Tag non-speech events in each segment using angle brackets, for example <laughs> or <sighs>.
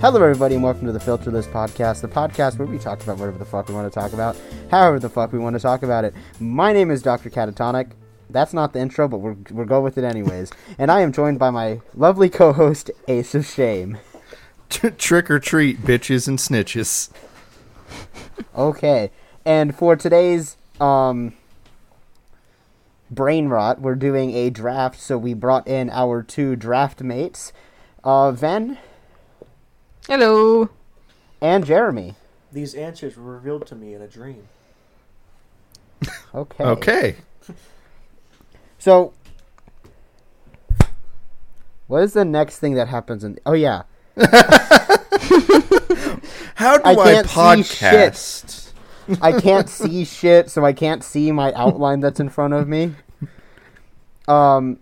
Hello, everybody, and welcome to the Filterless Podcast, the podcast where we talk about whatever the fuck we want to talk about, however the fuck we want to talk about it. My name is Dr. Catatonic. That's not the intro, but we're, we're going with it anyways. and I am joined by my lovely co host, Ace of Shame. Tr- <laughs> Trick or treat, bitches and snitches. Okay. And for today's um brain rot, we're doing a draft, so we brought in our two draft mates, uh Ven Hello. and Jeremy. These answers were revealed to me in a dream. Okay. Okay. So what is the next thing that happens in Oh yeah. How do I I, can't see podcast? I can't see shit, so I can't see my outline that's in front of me. Um,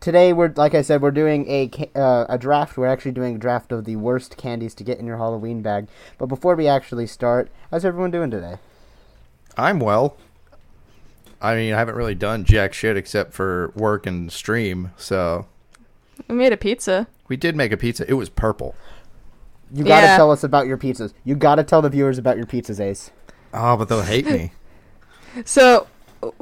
today we're like I said, we're doing a ca- uh, a draft. We're actually doing a draft of the worst candies to get in your Halloween bag. But before we actually start, how's everyone doing today? I'm well. I mean, I haven't really done jack shit except for work and stream. So We made a pizza. we did make a pizza. It was purple. You gotta Yeah. tell us about your pizzas. You gotta tell the viewers about your pizzas, Ace. Oh, but they'll hate me. So,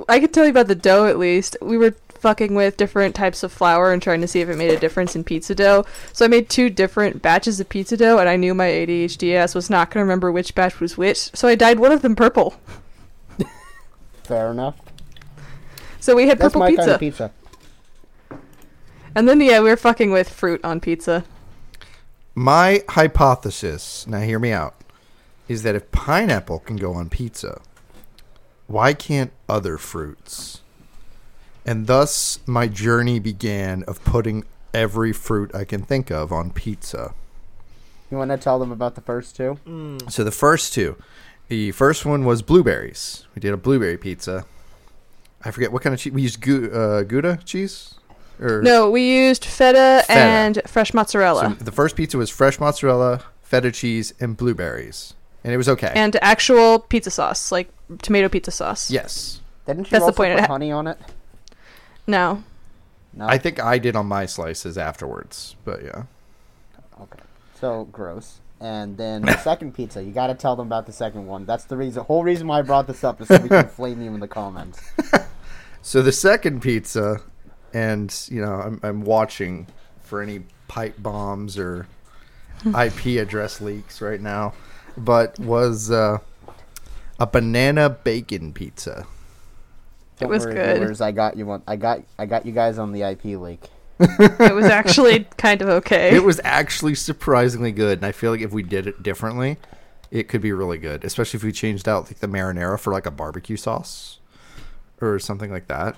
I could tell you about the dough at least. We were fucking with different types of flour and trying to see if it made a difference in pizza dough. So, I made two different batches of pizza dough, and I knew my ADHD ass was not going to remember which batch was which. So, I dyed one of them purple. Fair enough. So, we had That's purple my pizza. kind of pizza. and then, yeah, we were fucking with fruit on pizza. My hypothesis, now hear me out, is that if pineapple can go on pizza, why can't other fruits? And thus my journey began of putting every fruit I can think of on pizza. You want to tell them about the first two? So the first two, the first one was blueberries. We did a blueberry pizza. I forget what kind of cheese we used. Gou- uh, Gouda cheese, or No, we used feta, Feta. and fresh So mozzarella. the first pizza was fresh mozzarella, feta cheese, and blueberries, and it was okay. and actual pizza sauce, like tomato pizza sauce. yes, Didn't you That's the also point. put It ha- honey on it? No. No. I think I did on my slices afterwards, but yeah. Okay. So gross. And then <laughs> the second pizza, you got to tell them about the second one. That's the reason, whole reason why I brought this up is so we <laughs> can flame you in the comments. So the second pizza, and you know, I'm, I'm watching for any pipe bombs or IP address leaks right now, but was uh, a banana bacon pizza. Don't was worry, good. viewers, I got you one. I got, I got you guys on the IP leak. it <laughs> was actually kind of okay. It was actually surprisingly good, and I feel like if we did it differently, it could be really good, especially if we changed out like the marinara for like a barbecue sauce or something like that.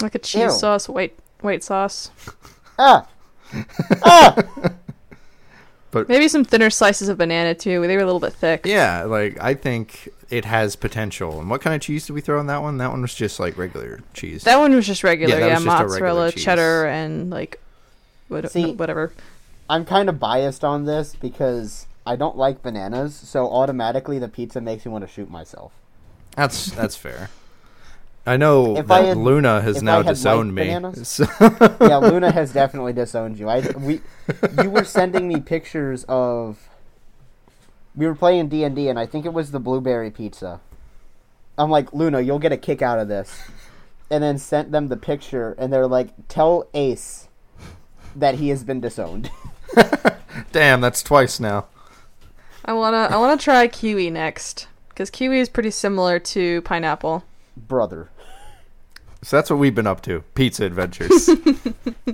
like a cheese Ew. sauce, white white sauce. Ah, Maybe some thinner slices of banana too. They were a little bit thick. Yeah, like I think it has potential. And what kind of cheese did we throw on that one? That one was just like regular cheese. That one was just regular, Yeah, yeah, that was just a regular mozzarella, cheese. cheddar, and like what, See- whatever. I'm kind of biased on this because I don't like bananas, so automatically the pizza makes me want to shoot myself. That's that's fair. I know If I that had- Luna has if now I had disowned liked me. bananas- <laughs> So- <laughs> Yeah, Luna has definitely disowned you. I, we, you were sending me pictures of. We were playing D and D, and I think it was the blueberry pizza. I'm like, Luna, you'll get a kick out of this. And then sent them the picture, and they're like, tell Ace that he has been disowned. <laughs> Damn, that's twice now. I wanna I wanna try kiwi next because kiwi is pretty similar to pineapple. Brother. So that's what we've been up to. <laughs> Pizza adventures.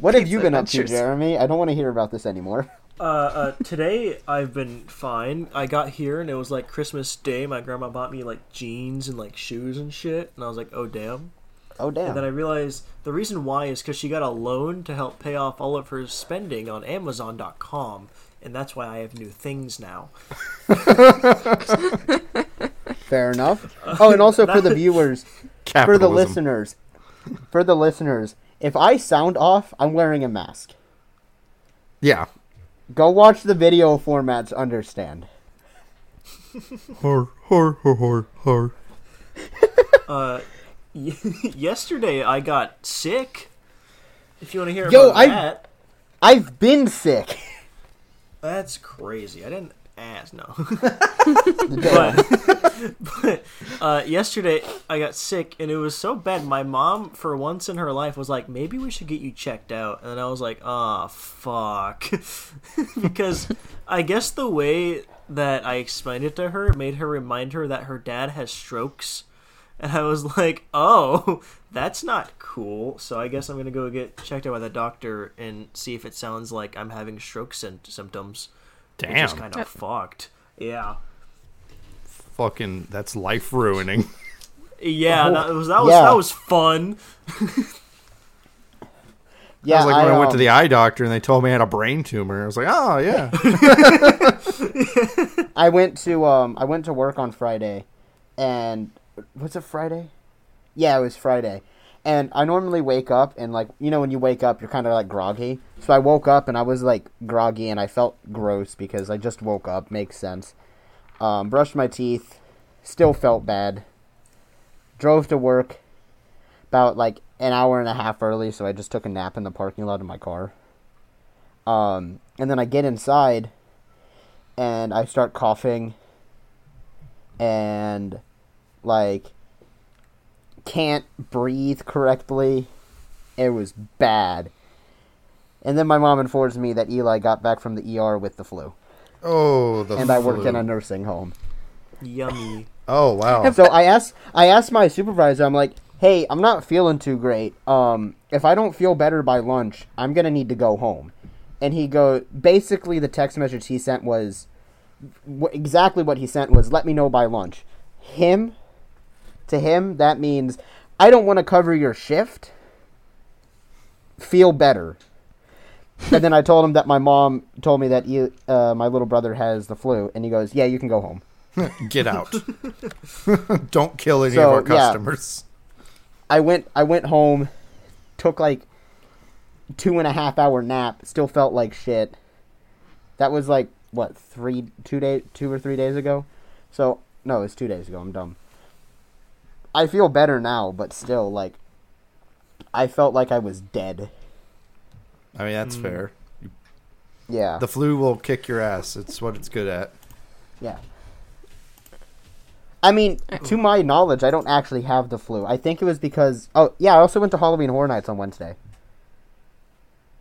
What have you been up to, adventures. Jeremy? I don't want to hear about this anymore. Uh, uh, today I've been fine. I got here and it was like Christmas Day. My grandma bought me like jeans and like shoes and shit, and I was like, oh damn. Oh, damn. And then I realized the reason why is because she got a loan to help pay off all of her spending on Amazon.com, and that's why I have new things <laughs> now. Fair enough. Oh, and also for the viewers, for the Capitalism. listeners, for the listeners, if I sound off, I'm wearing a mask. Yeah. Go watch the video formats. Understand? Hor hor hor hor hor. Uh, y- yesterday I got sick. If you want to hear Yo, about I- that. I've been sick. That's crazy. I didn't ask. <laughs> No. The dough. but, but <laughs> uh, yesterday I got sick and it was so bad. My mom, for once in her life, was like, "Maybe we should get you checked out." And then I was like, "Ah, fuck," <laughs> because I guess the way that I explained it to her made her remind her that her dad has strokes. And I was like, "Oh, that's not cool." So I guess I'm gonna go get checked out by the doctor and see if it sounds like I'm having stroke syn- symptoms. Which is Damn. kind of fucked. Yeah. Fucking, that's <laughs> life ruining. Yeah, that was that was yeah. that was fun. yeah, I was like when I went to um, the eye doctor and they told me I had a brain tumor. I was like, <laughs> oh yeah. I went to um I went to work on Friday, and was it Friday? Yeah, it was Friday. And I normally wake up and like you know when you wake up you're kind of like groggy. So I woke up and I was like groggy and I felt gross because I just woke up. Makes sense. Um, brushed my teeth, still felt bad. Drove to work about like an hour and a half early, so I just took a nap in the parking lot of my car. Um, and then I get inside and I start coughing and like can't breathe correctly. It was bad. And then my mom informs me that Eli got back from the ER with the flu. Oh, the And I work flu. in a nursing home. Yummy. Oh wow. So I asked I asked my supervisor, I'm like, hey, I'm not feeling too great. Um, if I don't feel better by lunch, I'm gonna need to go home. And he go basically the text message he sent was wh- exactly what he sent was let me know by lunch. Him to him that means I don't want to cover your shift. Feel better. and then I told him that my mom told me that you, uh, my little brother has the flu, and he goes, "Yeah, you can go home." <laughs> Get out. Don't kill any So, of our yeah. customers. I went I went home, took like two and a half hour nap, still felt like shit. That was like what, three two day two or three days ago? So no, it's two days ago, I'm dumb. I feel better now, but still like I felt like I was dead. I mean, that's fair. Yeah. The flu will kick your ass. It's what it's good at. yeah. I mean, to my knowledge, I don't actually have the flu. I think it was because oh yeah, I also went to Halloween Horror Nights on Wednesday.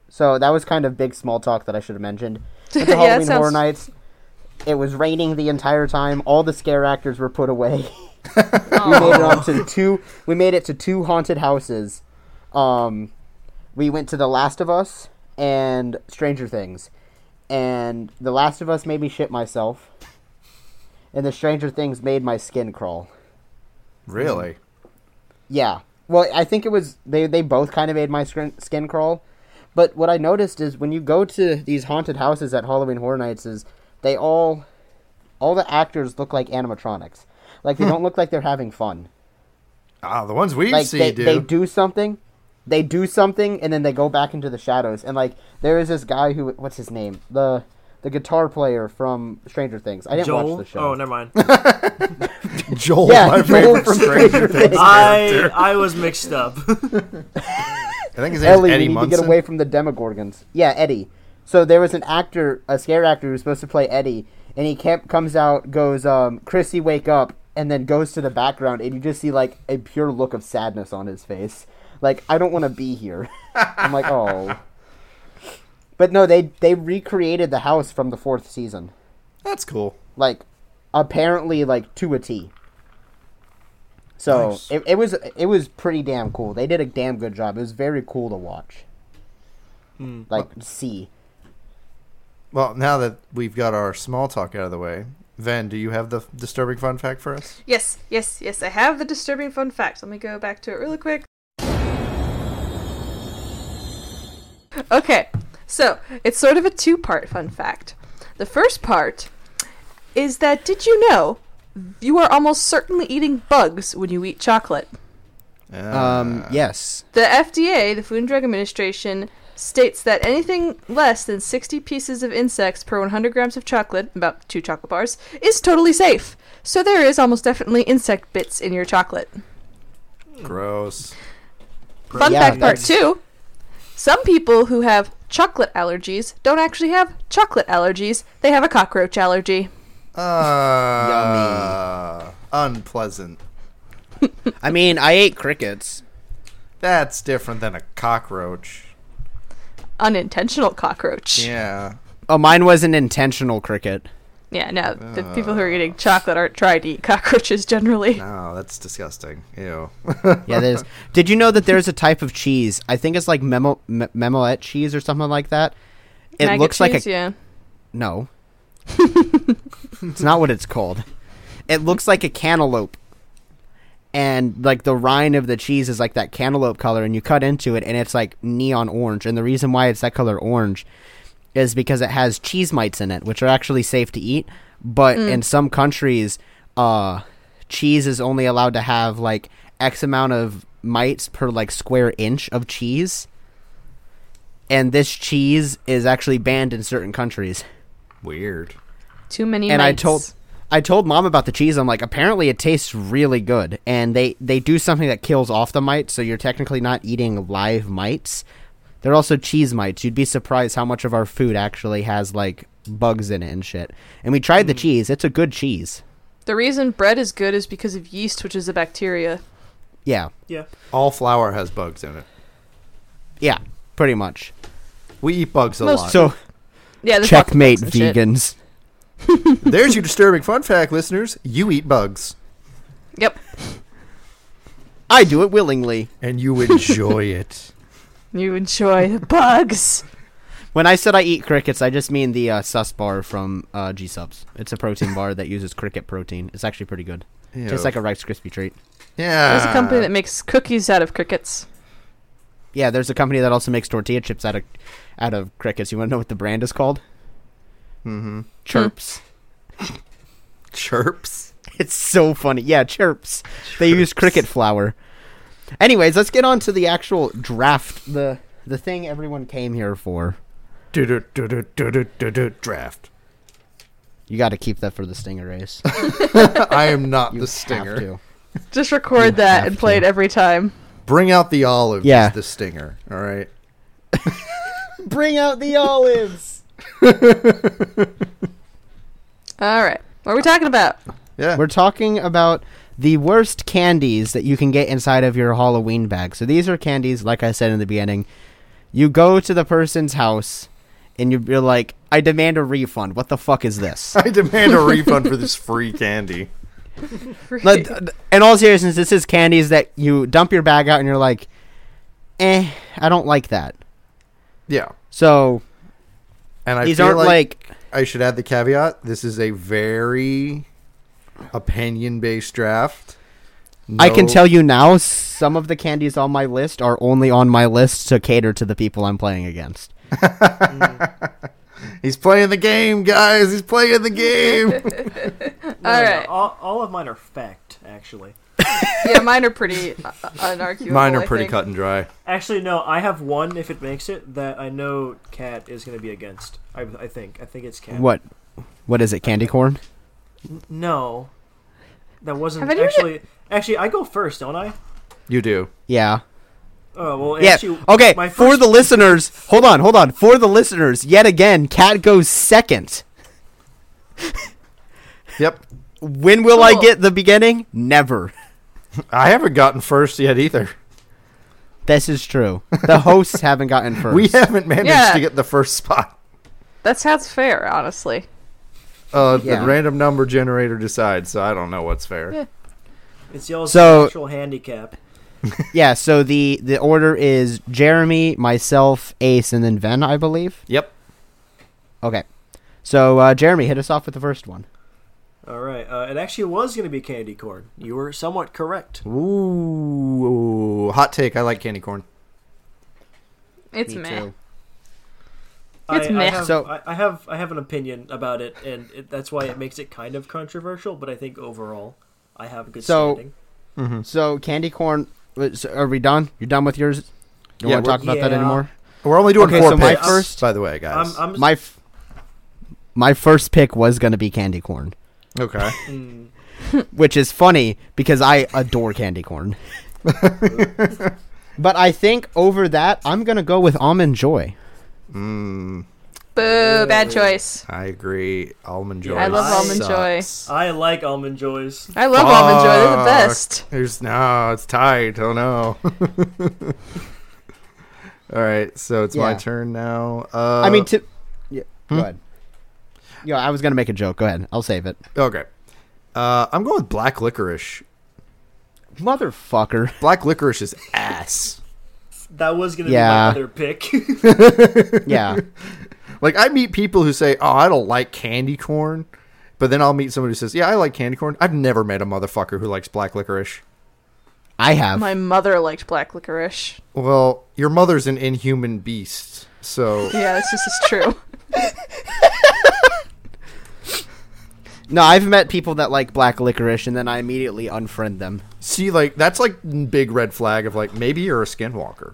So that was kind of big small talk that I should have <laughs> mentioned. Went to Yeah, it Halloween Horror sounds- Nights. It was raining the entire time. All the scare actors were put away. <laughs> we made it up to two. We made it to two haunted houses. Um, we went to The Last of Us and Stranger Things, and The Last of Us made me shit myself, and The Stranger Things made my skin crawl. Mm. Really? Yeah. Well, I think it was they they both kind of made my skin, skin crawl. But what I noticed is when you go to these haunted houses at Halloween Horror Nights is they all all the actors look like animatronics. Like Hmm. they don't look like they're having fun. Ah, the ones we Like see they, do. they do something, they do something and then they go back into the shadows. And like there is this guy who what's his name? The the guitar player from Stranger Things. I <laughs> didn't Joel. watch the show. Oh, <laughs> never mind. <laughs> Joel, Yeah, my Joel favorite from Stranger Stranger Things Things. I character. I, <laughs> I was mixed <laughs> up. think his name's Ellie, Eddie we need Munson. to get away from the Demogorgons. Yeah, Eddie. So there was an actor, a scare actor, who was supposed to play Eddie, and he kept, comes out, goes, um, "Chrissy, wake up," and then goes to the background, and you just see like a pure look of sadness on his face, like I don't want to be <laughs> here. I'm like, oh. But no, they they recreated the house from the fourth season, That's cool. like apparently like to a T. So Nice. it, it was it was pretty damn cool. They did a damn good job. It was very cool to watch Hmm. like C. Well, now that we've got our small talk out of the way, Ven, do you have the disturbing fun fact for us? Yes, yes, yes. I have the disturbing fun fact. Let me go back to it really quick. Okay, so it's sort of a two part fun fact. The first part is that did you know you are almost certainly eating bugs when you eat chocolate? Uh, Um, yes. The FDA, the Food and Drug Administration, states that anything less than 60 pieces of insects per 100 grams of chocolate, about two chocolate bars, is totally safe. So there is almost definitely insect bits in your chocolate. Gross. Fun Uh, Yeah, <laughs> fact part that's- two. Some people who have chocolate allergies don't actually have chocolate allergies, they have a cockroach allergy. Uh, Unpleasant. I mean, I ate crickets. That's different than a cockroach. Unintentional cockroach. Yeah. Oh, mine was an intentional cricket. Yeah, no, the people who are eating Uh. chocolate aren't trying to eat cockroaches generally. Oh, that's disgusting. Ew. <laughs> Yeah, there's. Did you know that there's a type of cheese? I think it's like memo me- memoette cheese or something like that. It Maggot looks like cheese, a yeah. no. it's not what it's called. It looks like a cantaloupe, and like the rind of the cheese is like that cantaloupe color, and you cut into it, and it's like neon orange. And the reason why it's that color orange is because it has cheese mites in it, which are actually safe to eat. But in some countries, uh, cheese is only allowed to have like X amount of mites per like square inch of cheese. And this cheese is actually banned in certain countries. Weird. Too many And I mites. told I told mom about the cheese. I'm like, apparently it tastes really good. And they they do something that kills off the mites, so you're technically not eating live mites. They're also cheese mites. You'd be surprised how much of our food actually has like bugs in it and shit. And we tried the cheese. It's a good cheese. The reason bread is good is because of yeast, which is a bacteria. Yeah. Yeah. All flour has bugs in it. Yeah, pretty much. We eat bugs a Most- lot. So, Yeah, there's lots of checkmate bugs and shit. vegans. There's your disturbing fun fact, listeners. You eat bugs, Yep, I do it willingly. and you enjoy it. you enjoy the bugs. When I said I eat crickets, I just mean the uh, sus bar from uh, G Subs. It's a protein bar that uses cricket protein. It's actually pretty good. <laughs> Ew. Tastes like a Rice Krispie treat. yeah. Ah. There's a company that makes cookies out of crickets. Yeah, there's a company that also makes tortilla chips out of out of crickets. You want to know what the brand is called? mm-hmm. Chirps. <laughs> chirps. It's so funny. Yeah, chirps. They use cricket flour. Anyways, let's get on to the actual draft. The the thing everyone came here for. Do-do-do-do-do-do-do draft. You got to keep that for the stinger race. You <laughs> I am not the have stinger. to. Just record that have and play to. it every time. Bring out the olive. Yeah. Is the stinger. All right. Bring out the olives. All right, what are we talking about? Yeah. We're talking about the worst candies that you can get inside of your Halloween bag. So these are candies, like I said in the beginning. You go to the person's house and you- you're like, I demand a refund. What the fuck is <laughs> this? <laughs> I demand a refund for this free candy. Like, th- th- in all seriousness, this is candies that you dump your bag out and you're like, eh, I don't like that. Yeah. So And I these feel aren't like, I should add the caveat. This is a very opinion based draft. I can No- tell you now, some of the candies on my list are only on my list to cater to the people I'm playing against. He's playing the game, guys. He's playing the <laughs> game. No, All no, right. all, all of mine are fact, actually. yeah, mine are pretty uh, unarguable. Mine are I pretty think. cut and dry. Actually, no. I have one. If it makes it, that I know Cat is going to be against. I, I think. I think it's Cat. What? What is it? Candy corn? No, that wasn't Have I never- actually. Actually, I go first, don't I? You do. Yeah. Oh well, Yeah. actually, okay. My For first- the listeners, hold on, hold on. For the listeners, yet again, Cat goes second. Yep. When will I Cool. get the beginning? Never. I haven't gotten first yet either. This is true. The hosts haven't gotten first. We haven't managed Yeah. to get the first spot. That sounds fair, honestly. Uh, Yeah. The random number generator decides, so I don't know what's fair. Yeah. it's y'all's So- actual handicap. yeah. So the the order is Jeremy, myself, Ace, and then Ven, I believe. Yep. Okay. So uh, Jeremy, hit us off with the first one. All right. Uh, it actually was going to be candy corn. You were somewhat correct. Ooh, hot take. I like candy corn. It's Me meh. too. It's I, I meh. have, So- I, I have I have an opinion about it, and it, that's why it makes it kind of controversial. But I think overall, I have a good So- standing. So candy corn. uh, so Are we done? You're done with yours? Don't Yeah, want to we're- talk about that Yeah. anymore. We're only doing Okay, four so my picks, first- by the way, I'm, guys. I'm My f- my first pick was gonna be candy corn. <laughs> okay. mm, which is funny because I adore candy corn. but I think over that, I'm gonna go with almond joy. Mm, Boo, bad choice. I agree. Almond joy. I love almond sucks. I like almond joys. I love almond joy. They're the Fuck. best. There's no, it's tied. Oh no. <laughs> All right, so it's my Yeah. turn now. Uh, I mean, to yeah, Hmm? go ahead. Yeah, I was gonna make a joke. Go ahead. I'll save it. okay. Uh, I'm going with black licorice. Motherfucker. Black licorice is ass. That was gonna Yeah. be my other pick. <laughs> <laughs> Yeah. Like I meet people who say, "Oh, I don't like candy corn," but then I'll meet somebody who says, "Yeah, I like candy corn." I've never met a motherfucker who likes black licorice. I have. My mother liked black licorice. Well, your mother's an inhuman beast, so Yeah, that's just <laughs> as true. No, I've met people that like black licorice and then I immediately unfriend them. see, like that's like big red flag of like maybe you're a skinwalker.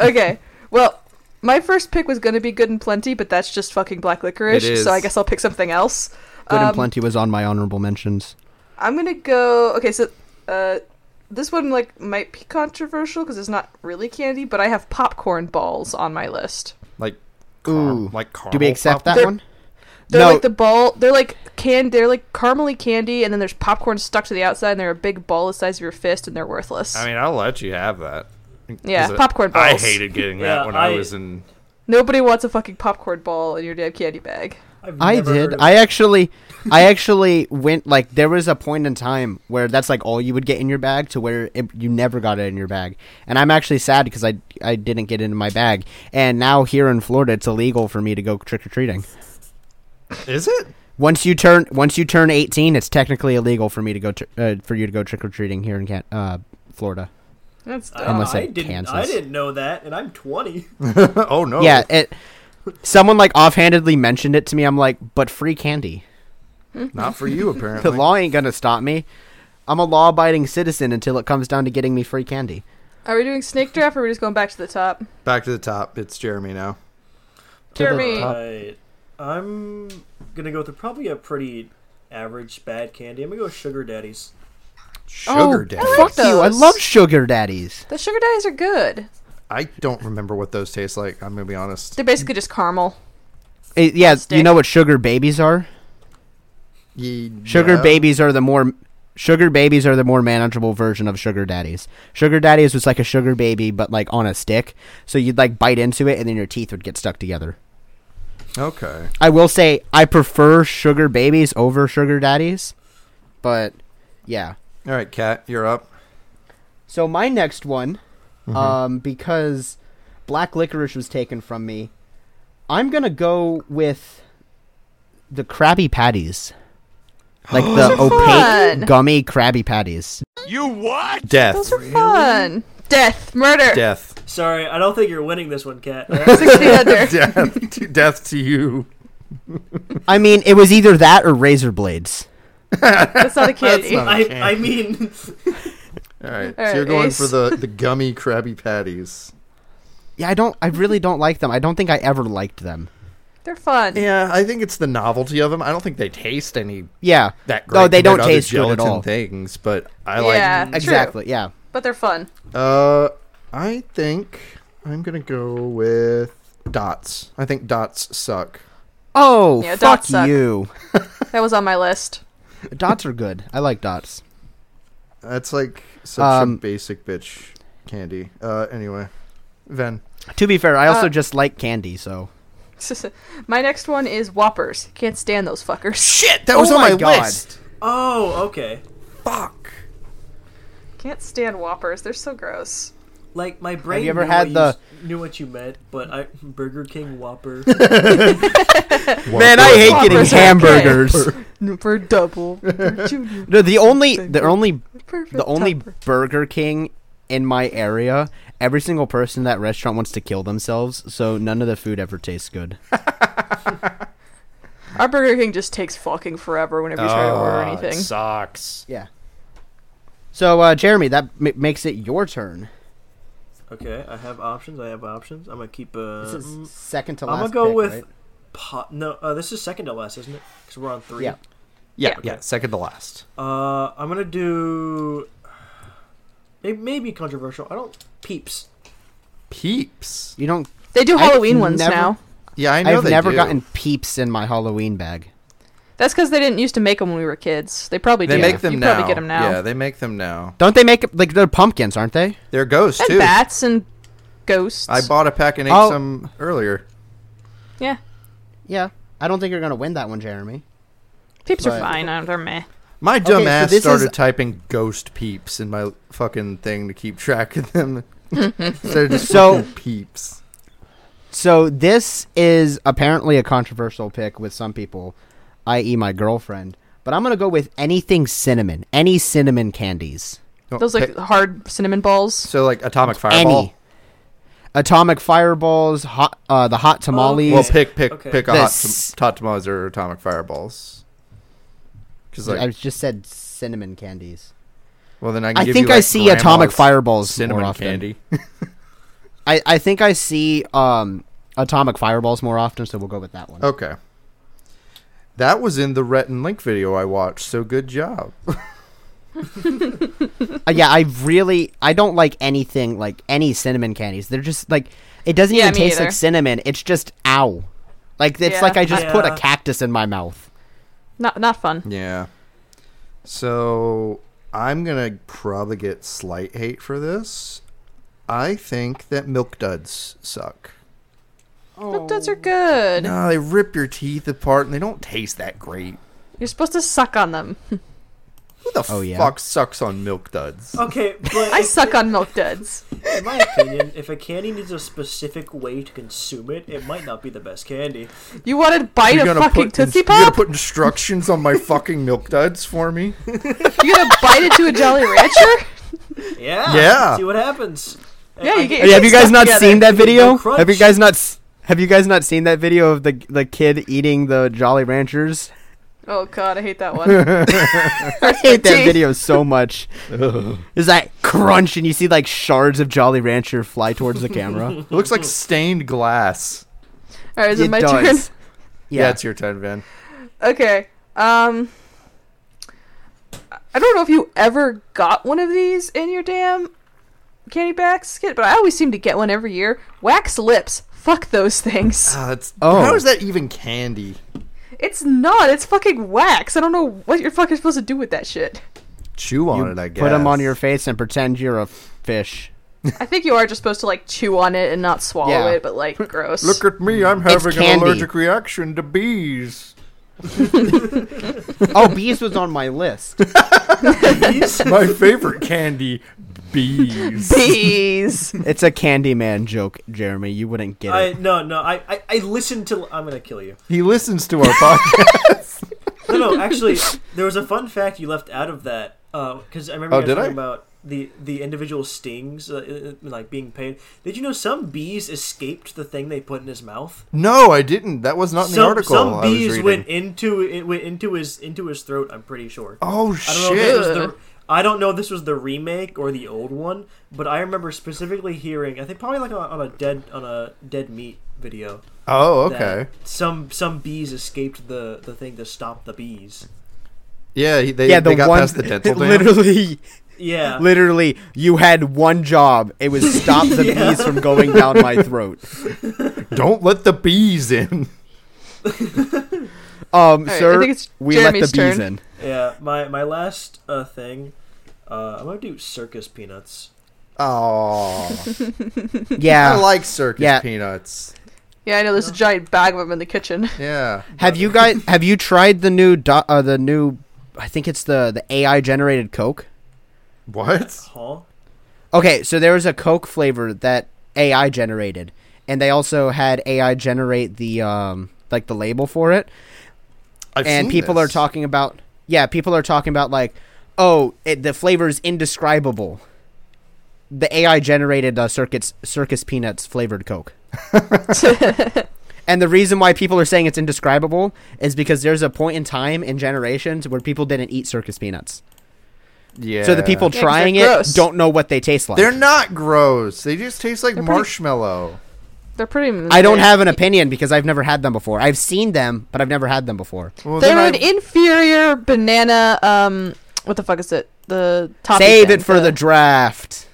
okay. Well, my first pick was gonna be good and plenty, but that's just fucking black licorice. It is. So I guess I'll pick something else. Good Um, and plenty was on my honorable mentions. I'm gonna go. Okay, so uh, this one like might be controversial because it's not really candy, but I have popcorn balls on my list. Like, car- Ooh. like caramel Do we accept that popcorn? one? They're No. like the ball. They're like can. They're like caramely candy, and then there's popcorn stuck to the outside, and they're a big ball the size of your fist, and they're worthless. I mean, I'll let you have that. Yeah, 'Cause popcorn I balls. hated getting that Yeah, when I, I- was in. Nobody wants a fucking popcorn ball in your damn candy bag. I've I never heard did. of I <laughs> actually I actually went like there was a point in time where that's like all you would get in your bag to where it, you never got it in your bag. And I'm actually sad because I I didn't get it in my bag. And now here in Florida it's illegal for me to go trick or treating. Is it? Once you turn once you turn 18, it's technically illegal for me to go tr- uh, for you to go trick or treating here in Can- uh, Florida. That's I, unless Uh, I it didn't, I cancels. didn't know that, and I'm <laughs> 20. <laughs> oh no. Yeah, it. Someone like offhandedly mentioned it to me. I'm like, but free candy. not for you The apparently. law ain't gonna stop me. I'm a law-abiding citizen until it comes down to getting me free candy. Are we doing snake draft, or are we just going back to the top? <laughs> Back to the top. It's Jeremy now. To the Jeremy. top. Right. I'm gonna go with probably a pretty average bad candy. I'm gonna go with sugar daddies. Sugar oh, daddy. Fuck you! I those. love sugar daddies. The sugar daddies are good. I don't remember what those taste like. I'm gonna be honest. They're basically just caramel. Eh, yeah, Stick. you know what sugar babies are? Ye- Sugar yeah. babies are the more sugar babies are the more manageable version of sugar daddies. Sugar daddies was like a sugar baby but like on a stick. So you'd like bite into it and then your teeth would get stuck together. Okay. I will say I prefer sugar babies over sugar daddies, but yeah. All right, Kat, you're up. So my next one, um, because black licorice was taken from me, I'm gonna go with the Krabby Patties, <gasps> like the fun. opaque gummy Krabby Patties. Death. Those are fun. Death, murder, Death. Sorry, I don't think you're winning this one, <laughs> Kat. sixty under. <laughs> Death. <laughs> to death to you. I mean, it was either that or razor blades. That's not a candy. not- I, Okay. I mean, <laughs> All right. All so you're right, going Ace. for the the gummy Krabby Patties. Yeah, I don't. I really don't like them. I don't think I ever liked them. They're fun. Yeah, I think it's the novelty of them. I don't think they taste any Yeah. that great. No, Oh, they don't compared to other taste good at gelatin all. Things, but I Yeah, like. true. Exactly. Yeah. But they're fun. Uh, I think I'm gonna go with dots. I think dots suck. Oh, Yeah, fuck dots suck. you. That was on my list. <laughs> dots are good. I like dots. That's like such a Um, basic bitch candy. Uh, anyway, Ven. To be fair, I also Uh, just like candy, so. my next one is Whoppers. Can't stand those fuckers. Shit, that was on my list. oh, okay. Fuck. Can't stand Whoppers. They're so gross. Like my brain you ever knew had what the- you, s- knew what you meant, but I Burger King <laughs> Whopper. Man, I hate Whoppers getting are hamburgers. <laughs> For double, for junior, No, the only the only perfect the only topper. Burger King in my area, every single person in that restaurant wants to kill themselves, so none of the food ever tastes good. Our Burger King just takes fucking forever whenever you try to order anything. Uh, Sucks. <laughs> Yeah. So, uh, Jeremy, that m- makes it your turn. okay, I have options. I have options. I'm gonna keep. Uh, This Um, mm, is second to I'm last. gonna go pick, with. right? Po- no, uh, this is second to last, isn't it? Because we're on three. Yeah. Yeah, Yeah. yeah, second to last. Uh, I'm gonna do. It may be controversial. I don't peeps. heaps. You don't. They do I've Halloween ones never- now. Yeah, I I know have they never do. gotten peeps in my Halloween bag. That's because they didn't used to make them when we were kids. They probably They do. make them you now. probably get them now. Yeah, they make them now. Don't they make like they're pumpkins, aren't they? They're ghosts and too. bats and ghosts. I bought a pack and ate Oh. some earlier. yeah, Yeah. I don't think you're gonna win that one, Jeremy. peeps But- are fine. I- They're meh. My dumb Okay, so ass this started is- typing ghost peeps in my fucking thing to keep track <laughs> of them. Instead of just So- so peeps. So this is apparently a controversial pick with some people, i.e., my girlfriend. But I'm gonna go with anything cinnamon, any cinnamon candies, No, Those like Oh, pick- hard cinnamon balls. so like atomic fireball. any atomic fireballs, hot uh, the hot tamales. Well, pick pick Okay. pick a The hot s- tom- hot tamales or atomic fireballs. Because I like, just said cinnamon candies. well then I can I give think you, I like, see atomic grandma's fireballs cinnamon more often. candy. I, I think I see um, atomic fireballs more often, so we'll go with that one. Okay. That was in the Rhett and Link video I watched, so good job. Uh, yeah, I really I don't like anything like any cinnamon candies. They're just like it doesn't Yeah, even me taste either. like cinnamon. It's just ow. Like it's Yeah. like I just put a Yeah. cactus in my mouth. Not not fun. Yeah. So I'm gonna probably get slight hate for this. I think that milk duds suck. Milk duds are good. No, they rip your teeth apart and they don't taste that great. You're supposed to suck on them. Who the Oh, yeah. Oh, fuck sucks on milk duds? Okay, <laughs> but I suck on milk duds. in my opinion, if a candy needs a specific way to consume it, it might not be the best candy. You want to bite You're a gonna fucking put tootsie ins- You're gonna pop? put instructions on my fucking milk duds for me. You're gonna bite into a Jolly Rancher? Yeah. Yeah. See what happens. <laughs> Yeah, you get. Hey, your have you teeth guys stuck not together. seen that video? Crunch. Have you guys not s- have you guys not seen that video of the the kid eating the Jolly <laughs> Ranchers? Oh god, I hate <laughs> that one. I hate that Teeth. video so <laughs> much. Is that crunch and you see like shards of Jolly Rancher fly towards the <laughs> camera? <laughs> It looks like stained glass. All right, is it my turn? <laughs> does. Yeah, Yeah. it's your turn, Van. Okay. Um I don't know if you ever got one of these in your damn candy basket, but I always seem to get one every year. Wax lips. Fuck those things. Ah, it's- Oh. How is that even candy? It's not. It's fucking wax. I don't know what you're fucking supposed to do with <laughs> that shit. Chew on You it, I guess. put them on your face and pretend you're a fish. I think you are just supposed to like chew on it and not swallow Yeah. it, but like gross. Look at me, I'm It's having an candy. allergic reaction to bees. Oh, bees was on my list. <laughs> Please? My favorite candy, bees. <laughs> <laughs> Bees. <laughs> It's a Candyman joke, Jeremy. You wouldn't get I it. no no I, I I listened to I'm gonna kill you. He listens to our podcast. No no actually <laughs> there was a fun fact you left out of that because I remember Oh, you guys did talking I? about the the individual stings uh, uh, like being pain. Did you know some bees escaped the thing they put in his mouth? <laughs> no, I didn't. That was not in the some, article some I was bees reading. went into it went into his into his throat. I'm pretty sure. oh I don't know if this shit! was the Shit. I don't know if this was the remake or the old one, but I remember specifically hearing I think probably like on, on a dead on a dead meat video. Oh that okay. Some some bees escaped the the thing to stop the bees. Yeah, he- they, yeah, the they got one <laughs> past the dental dam. literally, <laughs> Yeah. literally, you had one job. It was stop the bees from going down my throat. Don't let the bees in. Um, right, I sir, think it's we Jeremy's let the bees turn. in. Yeah, my my last uh, thing uh, I'm going to do circus peanuts. Oh, I Yeah. like circus Yeah. peanuts. yeah, I know there's a giant bag of them in <laughs> the kitchen. <laughs> Yeah. have you guys have you tried the new do- uh, the new? I think it's the the AI generated Coke. What? Huh? Okay, so there was a Coke flavor that AI generated, and they also had AI generate the um like the label for it. I've and seen people are this. talking about yeah people are talking about like oh it, the flavor is indescribable the ai generated uh, circuits circus peanuts flavored coke and the reason why people are saying it's indescribable is because there's a point in time in generations where people didn't eat circus peanuts Yeah. so the people Yeah, 'cause trying they're it gross. don't know what they taste like They're not gross. They just taste like They're pretty- marshmallow. They're pretty. i don't have an opinion because i've never had them before i've seen them but i've never had them before Well, They're then an inferior banana. Um, what the fuck is it? The top. save it for the draft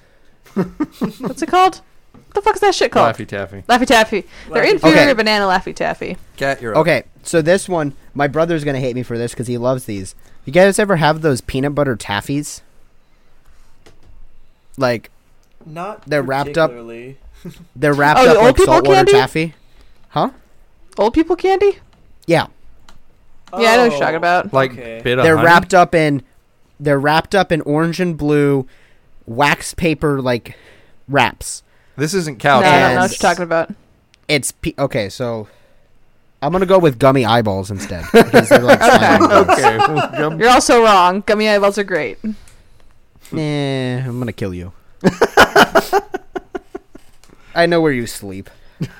what's it called? the fuck's that shit called? Laffy Taffy. Laffy Taffy. They're Laffy inferior Okay. banana Laffy Taffy. Cat, you're up. Okay, so this one, my brother's gonna hate me for this because he loves these. You guys ever have those peanut butter taffies? Like Not They're wrapped up- particularly. they're wrapped Oh, the up old like people saltwater candy? taffy. Huh? Old people candy? Yeah, Yeah, I know what Oh, you're talking about. Like Okay. bit of they're honey? wrapped up in they're wrapped up in orange and blue wax paper like wraps. This isn't No, cow I don't know and- what you're talking about. It's pe- okay, so I'm gonna go with gummy eyeballs instead. because they're <laughs> like slimy balls. Okay. well, gum- You're also wrong. Gummy eyeballs are great. Nah, Eh, I'm gonna kill you. <laughs> I know where you sleep.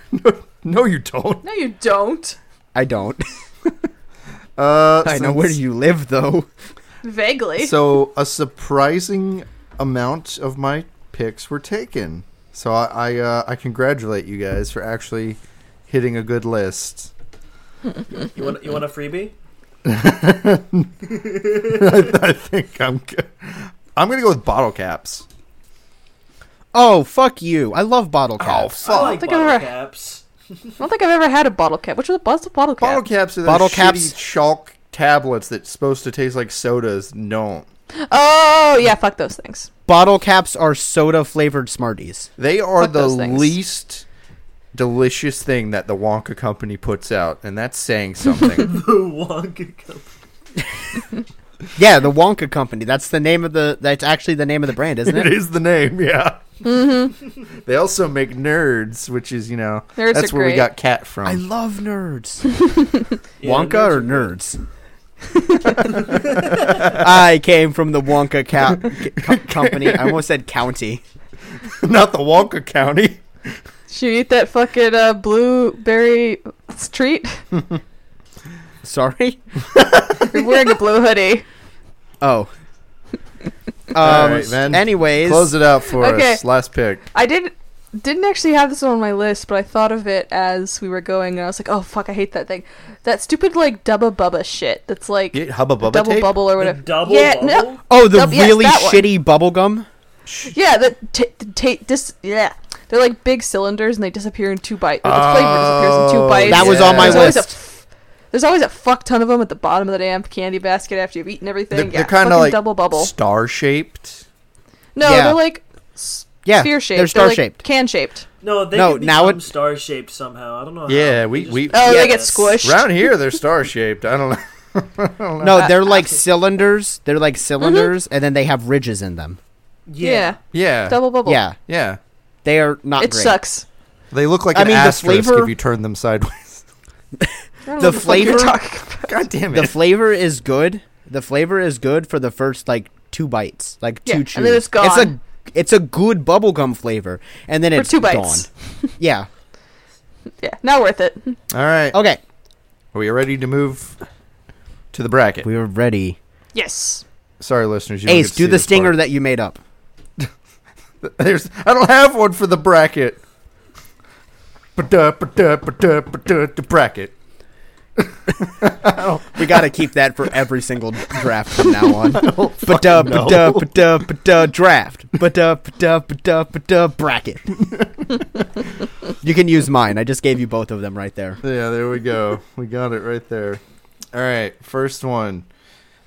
<laughs> no, you don't. No, you don't. I don't. Uh, I know since- where you live, though. <laughs> Vaguely. So a surprising amount of my picks were taken. So I I, uh, I congratulate you guys for actually hitting a good list. <laughs> You want you want a freebie? I think I'm good. I'm gonna go with bottle caps. Oh, fuck you. I love bottle Oh, caps. I like think bottle I've ever- caps. <laughs> I don't think I've ever had a bottle cap. Which was what's the bottle cap? Bottle caps are those Bottle shitty caps- chalk tablets that's supposed to taste like sodas. Don't. Oh yeah, fuck those things. bottle caps are soda flavored Smarties. They are Fuck the those things. least delicious thing that the Wonka company puts out, and that's saying something. The Wonka Cup. Yeah, the Wonka Company. That's the name of the. That's actually the name of the brand, isn't <laughs> it <laughs> it? is the name, yeah. Mm-hmm. they also make nerds, which is you know Nerds that's are where we great. got cat from. I love nerds. <laughs> Yeah, Wonka or <laughs> nerds? I came from the Wonka ca- <laughs> co- company. I almost said county. <laughs> Not the Wonka County. Should you eat that fucking uh, blueberry treat? Sorry. You're wearing a blue hoodie. Oh. Um, <laughs> All right, then. Anyways, Close it out for Okay. us. Last pick. <laughs> I didn't didn't actually have this one on my list, but I thought of it as we were going, and I was like, oh fuck, I hate that thing. That stupid like Dubba Bubba shit. That's like Hubba Bubba double tape? bubble or whatever. The double yeah, bubble? no, Oh, the Nope, yes, really that one. shitty bubble gum. Mm-hmm. yeah, the ta- the ta- dis- yeah. They're like big cylinders, and they disappear in two bites. Or the flavor disappears in Oh, two bites. That was on my There's always a list. f- there's always a fuck ton of them at the bottom of the damn candy basket after you've eaten everything. They're, yeah, they're kind fucking of like double bubble. star shaped. no, Yeah. they're like s- Yeah, sphere shaped. they're like star-shaped. can shaped. No, they No, can now become it- star shaped somehow. I don't know. Yeah, how. we- They we- Oh, they get Yes. squished. Around here, they're star shaped. I don't know. <laughs> <laughs> No, they're like cylinders. They're like Mm-hmm. cylinders, and then they have ridges in them. yeah. Yeah. Yeah. double bubble. Yeah, Yeah. they are not. it great. sucks. They look like I an mean, the asterisk flavor- if you turn them sideways. I don't The know what fuck <laughs> you're flavor- <laughs> talking about. God damn it. The flavor is good. The flavor is good for the first like two bites, like Yeah, two and chews. then it's gone. It's a it's a good bubblegum flavor, and then for it's two bites. gone. Yeah. Yeah, not worth it. All right. Okay. Are we ready to move to the bracket? We are ready. Yes. Sorry, listeners. You don't Ace, get to do see the this stinger part. that you made up. <laughs> There's, I don't have one for the bracket. Ba-da, ba-da, ba-da, ba-da, The bracket. We got to keep that for every single draft from now on. <laughs> But da know. but da but da but da draft. But da but da but da but da <laughs> bracket. You can use mine. I just gave you both of them right there. Yeah, there we go. we got it right there. All right, first one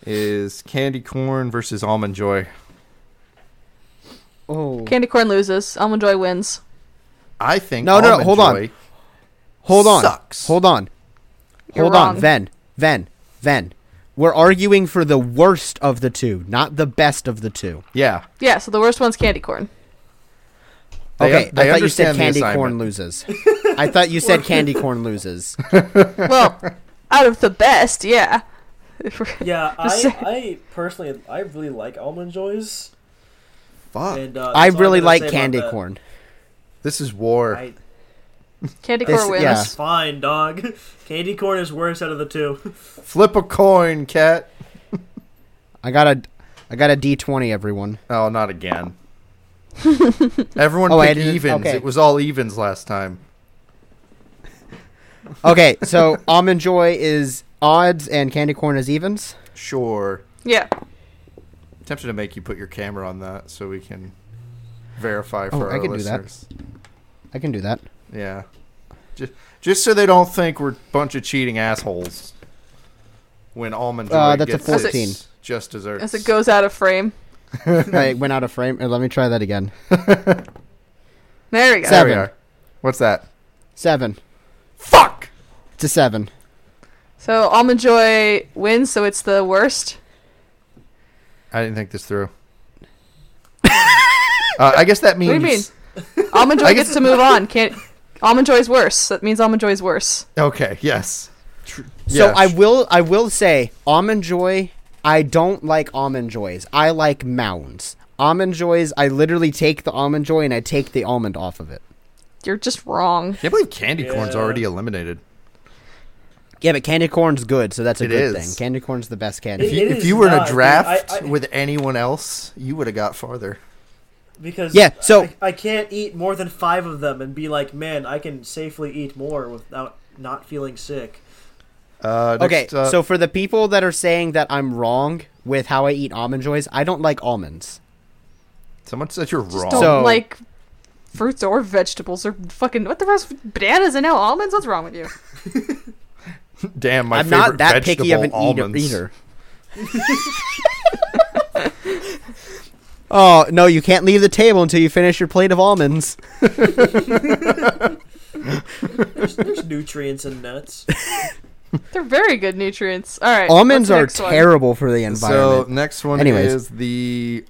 is candy corn versus almond joy. Oh. Candy corn loses. Almond joy wins. I think No, no, Almond hold on. Joy- Hold on. sucks. Hold on. You're Hold on. wrong. Ven. Ven. Ven. We're arguing for the worst of the two, not the best of the two. Yeah, Yeah, so the worst one's candy corn. They okay, un- they I thought you said understand the candy corn assignment. <laughs> loses. I thought you said candy corn loses. Well, out of the best, yeah. <laughs> Yeah, Just say- I, I personally I really like almond joys. fuck. And, uh, I that's all I'm really gonna say like about candy that. corn. This is war. I, Candy This- corn wins. yeah. it's fine, dog. <laughs> Candy corn is worse out of the two. <laughs> Flip a coin, cat. I got a I got a D twenty, everyone. Oh, not again. <laughs> Everyone Oh, I picked didn't- evens. okay. It was all evens last time. Okay, so <laughs> almond joy is odds and candy corn is evens. Sure. Yeah. Tempted to make you put your camera on that so we can verify Oh, for I our can do that. listeners. I can do <laughs> that. Yeah. Just, just so they don't think we're a bunch of cheating assholes. When almond joy Uh, that's a gets its 14. just desserts. As it goes out of frame. I went out of frame. Here, Let me try that again. There we go. There we Seven. are. What's that? Seven. Fuck. It's a seven. So Almond Joy wins, so it's the worst. I didn't think this through. <laughs> uh, I guess that means. do you Almond Joy I guess- gets to move on. Can't Almond Joy's worse. That means Almond Joy's worse. Okay. Yes. Tr- So yes. I will. I will say almond joy. I don't like almond joys. I like mounds. Almond joys. I literally take the almond joy and I take the almond off of it. You're just wrong. Can't believe candy corn's Yeah. already eliminated. Yeah, but candy corn's good, so that's a It good is. thing. Candy corn's the best It- candy. If you, it if is you were in not, a dude. draft I- I- with anyone else, you would have got farther. because Yeah, so- I, I can't eat more than five of them and be like, man, I can safely eat more without not feeling sick. Uh, Okay, next, uh, so for the people that are saying that I'm wrong with how I eat almond joys, I don't like almonds. someone said you're wrong. Just don't So- like fruits or vegetables or fucking what the rest bananas and now almonds. What's wrong with you? Damn, my I'm favorite not that vegetable picky of an eater. almonds. eater. <laughs> oh no, you can't leave the table until you finish your plate of almonds. There's, <laughs> there's nutrients in nuts. They're very good nutrients. All right, Almonds are what's the next one? terrible for the So environment. next one Anyways. is the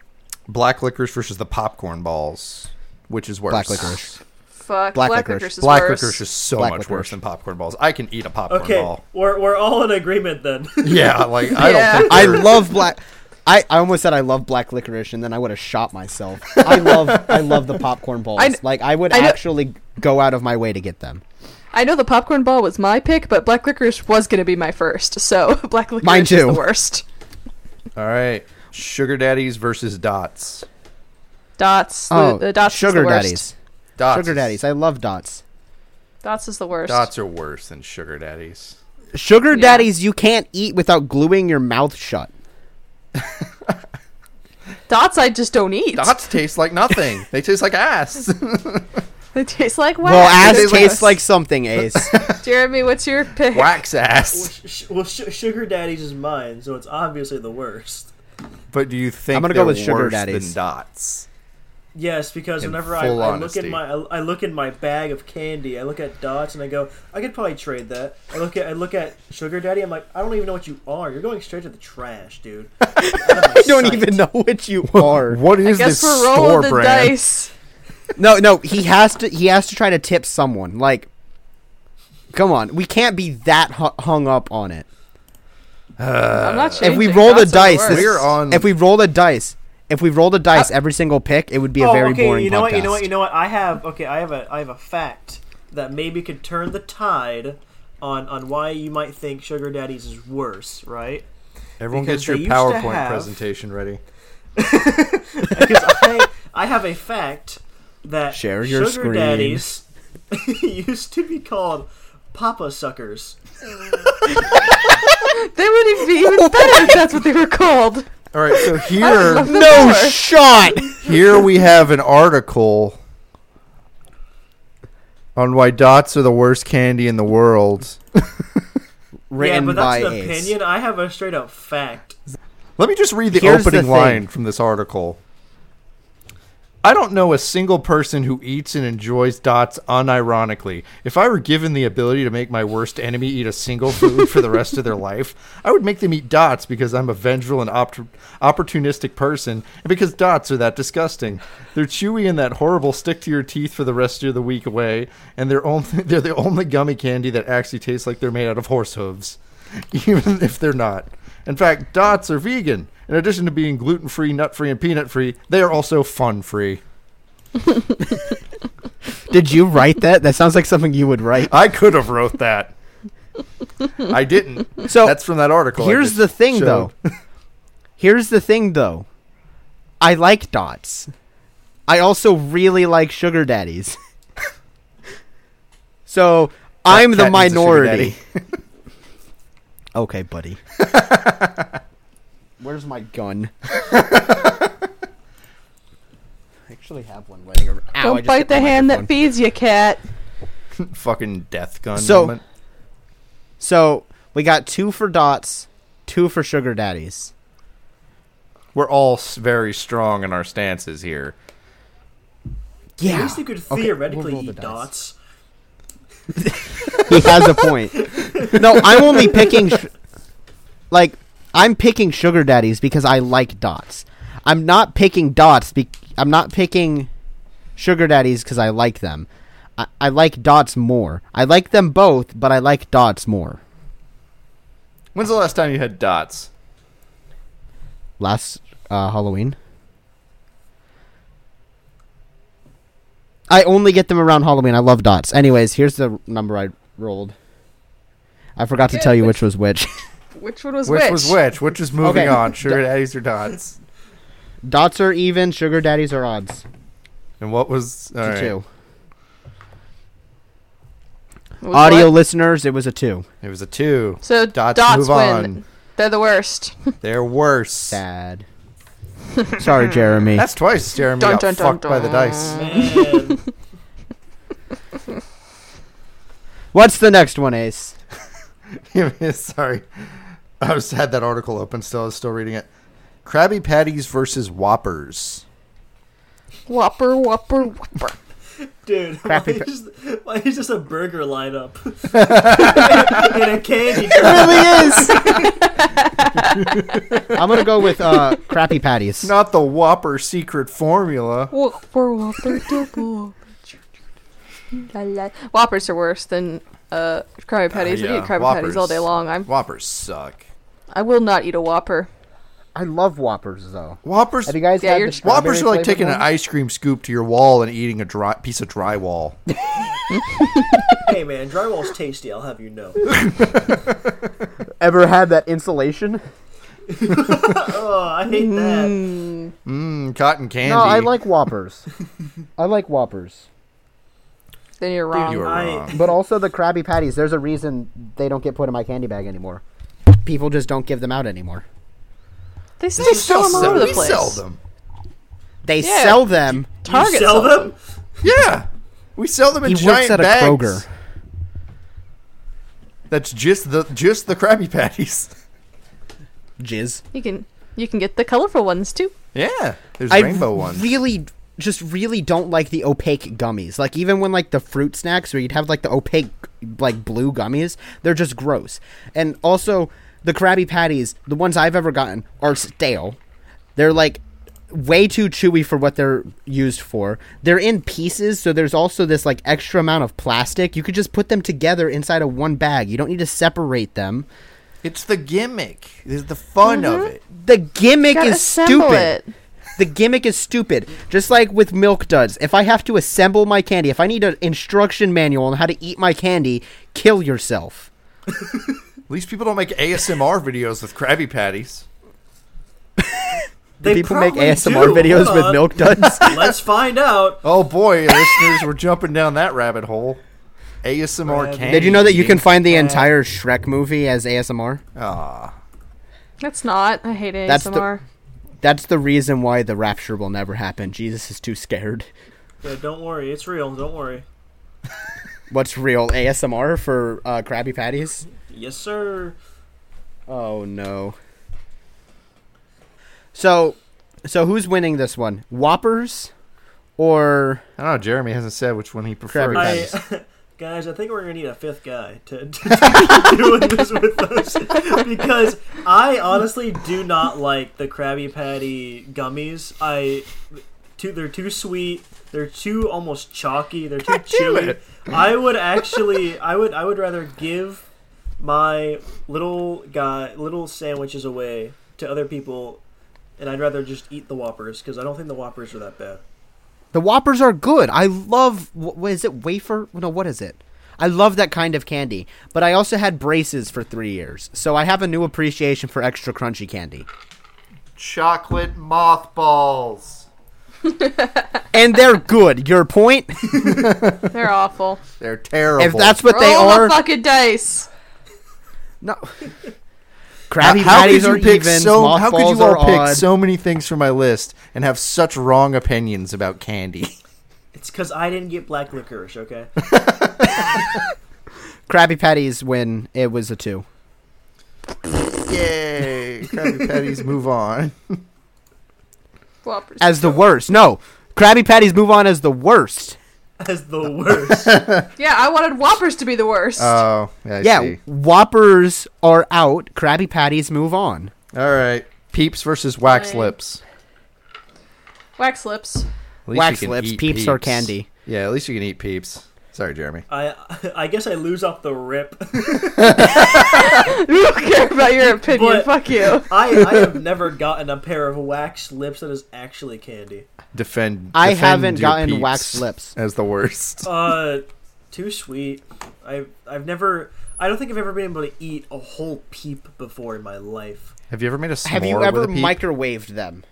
black licorice versus the popcorn balls, which is worse. Black licorice. Fuck, Black black, licorice. licorice. is Black worse. licorice is so Black much licorice. worse than popcorn balls. I can eat a popcorn Okay, ball. <laughs> we're, we're all in agreement then. <laughs> Yeah, like I Yeah. don't think I they're- love black. I, I almost said I love black licorice, and then I would have shot myself. <laughs> I love I love the popcorn balls. I kn- like I would I kn- actually go out of my way to get them. I know the popcorn ball was my pick, but black licorice was gonna be my first. So <laughs> black licorice Mine is too. the worst. All right, sugar daddies versus dots. Dots. the, the dots Oh, sugar is the worst. daddies, Dots. sugar is- daddies. I love dots. Dots is the worst. Dots are worse than sugar daddies. Sugar Yeah. daddies, you can't eat without gluing your mouth shut. Dots I just don't eat. <laughs> Dots taste like nothing. they taste like ass. They taste like wax. Well, ass Tastes like- tastes like something, <laughs> Ace. Jeremy, what's your pick? Wax well, ass. sh- well sh- sugar daddies is mine, so it's obviously the worst. But do you think I'm gonna go they're with sugar worse daddies. than dots? Yes, because In whenever I, full I look honesty. in my I look in my bag of candy, I look at dots and I go, I could probably trade that. I look at I look at sugar daddy. I'm like, I don't even know what you are. You're going straight to the trash, <laughs> dude. I don't even know what you are. What is Guess this we're store rolling the brand? <sighs> dice. No, no, he has to. He has to try to tip someone. Like, come on, we can't be that hu- hung up on it. I'm not If changing. we roll the Dots are dice, this- worst. Uh, We're on- If we roll the dice, if we roll the dice every single pick, it would be a very boring. Oh, You know what? You know podcast. what? You know what? I have okay. I have a I have a fact that maybe could turn the tide on on why you might think sugar daddies is worse, right? <laughs> Everyone Because gets your they used to PowerPoint have- presentation ready. Because I I have a fact that Share your sugar screen. daddies <laughs> used to be called papa suckers. They would even be even better <laughs> if that's what they were called. All right, so here <laughs> love- No Sure. shot. here we have an article on why dots are the worst candy in the world. Written yeah, but by that's an Ace. opinion. I have a straight up fact. Let me just read the Here's the opening thing. line from this article. I don't know a single person who eats and enjoys dots unironically. If I were given the ability to make my worst enemy eat a single food for the rest of their life, I would make them eat dots because I'm a vengeful and opt- opportunistic person, and because dots are that disgusting. They're chewy and that horrible, stick to your teeth for the rest of the week away, and they're only <laughs> they're the only gummy candy that actually tastes like they're made out of horse hooves <laughs> even if they're not. In fact, dots are vegan. In addition to being gluten free, nut free, and peanut free, they are also fun free. Did you write that? That sounds like something you would write. I could have wrote <laughs> that. I didn't. So That's from that article. I Here's just the thing, showed. though. <laughs> Here's the thing, though. I like dots. I also really like sugar daddies. <laughs> so I'm the cat needs a sugar minority. <laughs> okay, <laughs> buddy. <laughs> Where's my gun? actually have one laying around. Ow, I Don't just bite hit the my hand microphone. that feeds you, cat. <laughs> Fucking death gun So- moment. So we got two for dots, two for sugar daddies. We're all s- very strong in our stances here. Yeah, At least you could we'll theoretically roll the eat dice. <laughs> dots. he has a point. No, I'm only picking, sh- like, I'm picking sugar daddies because I like dots. I'm not picking dots. Be- I'm not picking sugar daddies because I like them. I-, I like dots more. I like them both, but I like dots more. When's the last time you had dots? Last uh, Halloween. I only get them around Halloween. I love dots. Anyways, here's the number I rolled. I forgot to Okay, tell you which- which was which. Which one was Which, which? was which? Which is moving Okay. on? Sugar daddies or dots? Dots are even, sugar daddies are odds. And what was all It's right. a two. Was Audio what? listeners, it was a two. It was <laughs> a two. So Dots, dots, move win. on. They're the worst. They're worse. <laughs> Sad. Sorry, Jeremy. That's twice Jeremy Dun, got dun, dun, fucked by the dun. dice. Man. What's the next one, Ace? Sorry. I just had that article open still. I was still reading it. Krabby Patties versus Whoppers. <laughs> Whopper, whopper, whopper. Dude, <laughs> Crappy why, pa- is, why is just a burger lineup <laughs> in a candy jar? Really is. <laughs> I'm gonna go with uh, crappy patties. Not the Whopper secret formula. Whopper, whopper, double. La, la. Whoppers are worse than uh, Krabby Patties. yeah, I eat Krabby Whoppers. Patties all day long. I'm, Whoppers suck. I will not eat a Whopper. I love Whoppers though. Whoppers Have you guys Yeah, had you're- the strawberry Whoppers are like flavored taking an one? ice cream scoop to your wall and eating a dry piece of drywall. hey man, drywall's tasty, I'll have you know. Ever had that insulation? Oh, I hate that. Mm. Mmm, cotton candy. No, I like <laughs> Whoppers. I like Whoppers, Then you're wrong. You are I- wrong. but also the Krabby Patties. There's a reason they don't get put in my candy bag anymore. People just don't give them out anymore. They still sell them all over the we place. sell them. They Yeah. sell them. Target you sell sells them? Yeah, we sell them in He giant works at a bags. Kroger. That's just the just the Krabby Patties. <laughs> Jizz. You can you can get the colorful ones too. Yeah, there's I rainbow ones. really just really don't like the opaque gummies. Like even when like the fruit snacks where you'd have like the opaque like blue gummies, they're just gross. And also the Krabby Patties, the ones I've ever gotten are stale. They're like way too chewy for what they're used for. They're in pieces, so there's also this like extra amount of plastic. You could just put them together inside of one bag. You don't need to separate them. It's the gimmick. It's the fun of it. The gimmick Gotta is assemble stupid. it. The gimmick is stupid. Just like with milk duds. If I have to assemble my candy, if I need an instruction manual on how to eat my candy, kill yourself. At least people don't make ASMR videos with Krabby Patties. They People make probably ASMR do. videos Hold with on. <laughs> milk duds. Let's find out. Oh boy, listeners, we're jumping down that rabbit hole. ASMR Krabby- candy. Did you know that you can eating. find the entire Shrek movie as ASMR? Aw. That's not. I hate ASMR. That's the- That's the reason why the rapture will never happen. Jesus is too scared. Yeah, don't worry, it's real, don't worry. What's real ASMR for uh, Krabby Patties? Yes, sir. Oh no. So, so who's winning this one? Whoppers or I don't know. Jeremy hasn't said which one he prefers. Patties. I, <laughs> guys, I think we're gonna need a fifth guy to, <laughs> to doing this with us because I honestly do not like the Krabby Patty gummies. I too, they're too sweet. They're too almost chalky. They're too damn chewy. it. I would actually, I would, I would rather give my little guy little sandwiches away to other people, and I'd rather just eat the Whoppers because I don't think the Whoppers are that bad. The Whoppers are good. I love. wh- What is it? Wafer? No, what is it? I love that kind of candy. But I also had braces for three years, so I have a new appreciation for extra crunchy candy. Chocolate mothballs. And <laughs> they're good. Your point? They're awful. They're terrible. If that's what they Roll are, <laughs> the fucking dice. no. Krabby how Patties could you are pick even. so? How could mothballs you are all pick odd. so many things from my list and have such wrong opinions about candy? It's because I didn't get black licorice. Okay. Krabby Patties when it was a two. Yay! Krabby Patties, <laughs> move on. Whoppers. As the worst. No. Krabby Patties move on as the worst. As the worst. yeah, I wanted Whoppers to be the worst. Uh, Oh, yeah, I yeah, see. Whoppers are out. Krabby Patties move on. All right, Peeps versus Wax Fine. Lips. Wax <laughs> lips. At least you Wax can Lips, eat Peeps, or Candy. Yeah, at least you can eat Peeps. Sorry, Jeremy. I I guess I lose off the rip. We don't care about your opinion. But- Fuck <laughs> you. I I have never gotten a pair of wax lips that is actually candy. Defend. I defend haven't your gotten Peeps Wax Lips. <laughs> as the worst. Uh, too sweet. I I've never. I don't think I've ever been able to eat a whole peep before in my life. Have you ever made a s'more Have you ever with a peep? microwaved them?